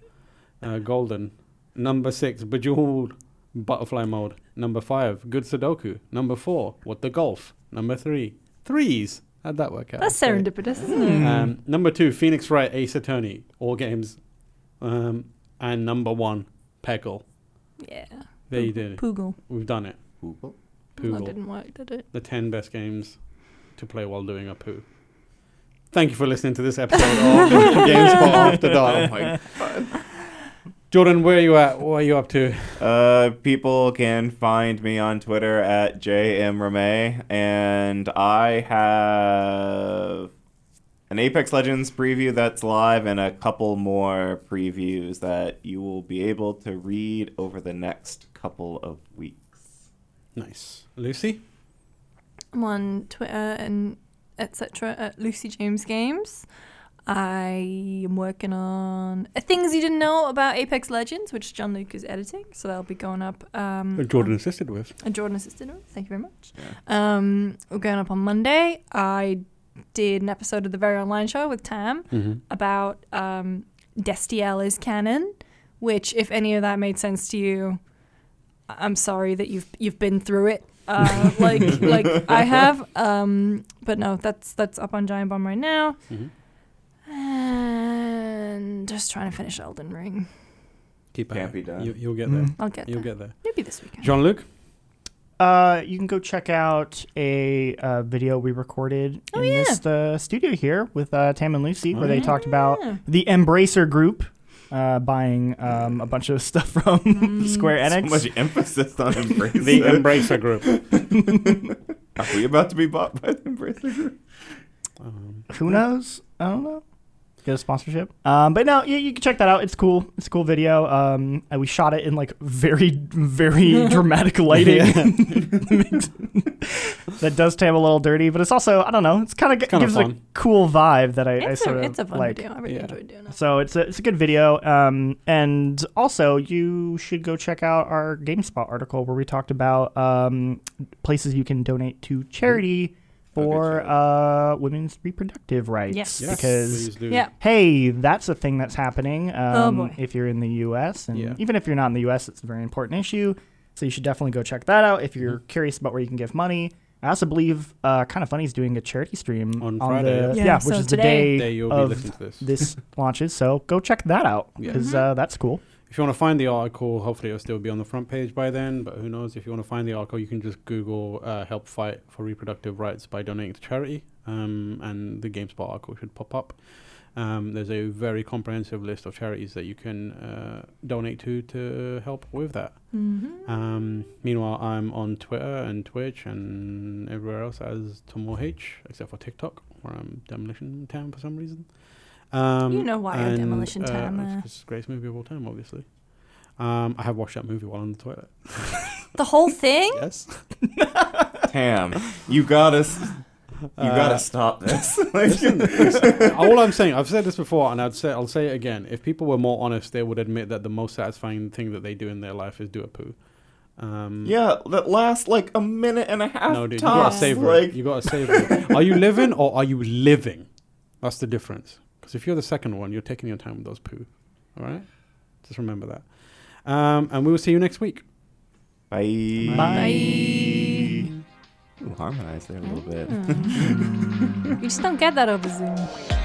uh, Golden. Number six, Bejeweled Butterfly Mode. Number five, Good Sudoku. Number four, What the Golf. Number three, Threes. How'd that work out?
That's
Okay.
serendipitous, isn't it?
Um, number two, Phoenix Wright, Ace Attorney, all games. Um, and number one, Peggle.
Yeah.
There you did it.
Poogle.
We've done it.
That
Poogle.
didn't work, did it?
The 10 best games to play while doing a poo. Thank you for listening to this episode of GameSpot After
Oh
Dark.
my
Jordan, where are you at? What are you up to?
Uh, people can find me on Twitter at jmramay, and I have an Apex Legends preview that's live, and a couple more previews that you will be able to read over the next couple of weeks.
Nice. Lucy?
I'm on Twitter and etc. at Lucy James Games. I am working on uh, things you didn't know about Apex Legends, which John Luke is editing, so that'll be going up. Um,
Jordan assisted with.
And Jordan assisted him. Thank you very much. Um, we're going up on Monday. I did an episode of the Very Online Show with Tam about um, Destiel is canon, which, if any of that made sense to you, I- I'm sorry that you've you've been through it. Uh, like like I have. Um, but no, that's that's up on Giant Bomb right now.
Mhm.
And just trying to finish Elden Ring.
Keep
Can't
it.
be done.
You, you'll get
Mm-hmm. Mm.
there.
I'll get
You'll
there.
get there.
Maybe this weekend.
Jean Luc?
Uh, you can go check out a uh, video we recorded
Oh,
in
yeah.
this uh, studio here with uh, Tam and Lucy, where
Oh,
they
Mm-hmm.
yeah.
talked about the Embracer Group uh, buying um, a bunch of stuff from Square
So
Enix.
much emphasis on embrace.
The Embracer Group.
Are we about to be bought by the Embracer Group?
Um,
Who knows? I don't know. Get a sponsorship. Um, but no, you, you can check that out. It's cool. It's a cool video. Um, and we shot it in like very, very dramatic lighting. Makes- that does Tam a little dirty, but it's also I don't know. It's kind of
kinda
gives a
fun.
cool vibe that I, I
It's,
sort
a,
of
it's a fun
like.
video. I really
Yeah.
enjoyed doing it.
So it's a, it's a good video. Um, and also, you should go check out our GameSpot article where we talked about um, places you can donate to charity for
Okay,
uh, women's reproductive rights.
Yes.
yes,
Because,
please do.
Yeah.
hey, that's a thing that's happening um,
Oh, boy.
if you're in the U.S. And
Yeah.
even if you're not in the U.S., it's a very important issue. So you should definitely go check that out if you're
Mm-hmm.
curious about where you can give money. I also believe uh, Kind of Funny is doing a charity stream
On
The,
Friday,
yeah.
yeah,
Yeah,
which
so
is the
today-
There
day
you'll be
of
listening to this.
this launches. So go check that out
Yeah.
because uh, that's cool.
If you want to find the article, hopefully it'll still be on the front page by then. But who knows? If you want to find the article, you can just Google uh, "Help Fight for Reproductive Rights by Donating to Charity," um, and the GameSpot article should pop up. Um, there's a very comprehensive list of charities that you can uh, donate to to help with that.
Mm-hmm.
Uh,
Um, meanwhile, I'm on Twitter and Twitch and everywhere else as Tomoh H, except for TikTok, where I'm Demolition Town for some reason. Um,
You know why you're Demolition Town,
it's-
uh.
It's the greatest movie of all time, obviously. Um, I have watched that movie while on the toilet.
Eh? The whole thing?
Yes.
Tam, you gotta, s- you gotta
Uh,
stop this. Like,
all I'm saying, I've said this before, and I'd say I'll say it again. If people were more honest, they would admit that the most satisfying thing that they do in their life is do a poo. Um,
Yeah, that lasts like a minute and a half.
No, dude, you
tops.
gotta savor
like,
it. You gotta savor it. Are you living or are you living? That's the difference. Because if you're the second one, you're taking your time with those poo. All right, just remember that. Um, and we will see you next week.
Bye.
Bye.
Ooh, harmonize there a little bit.
You just don't get that over Zoom.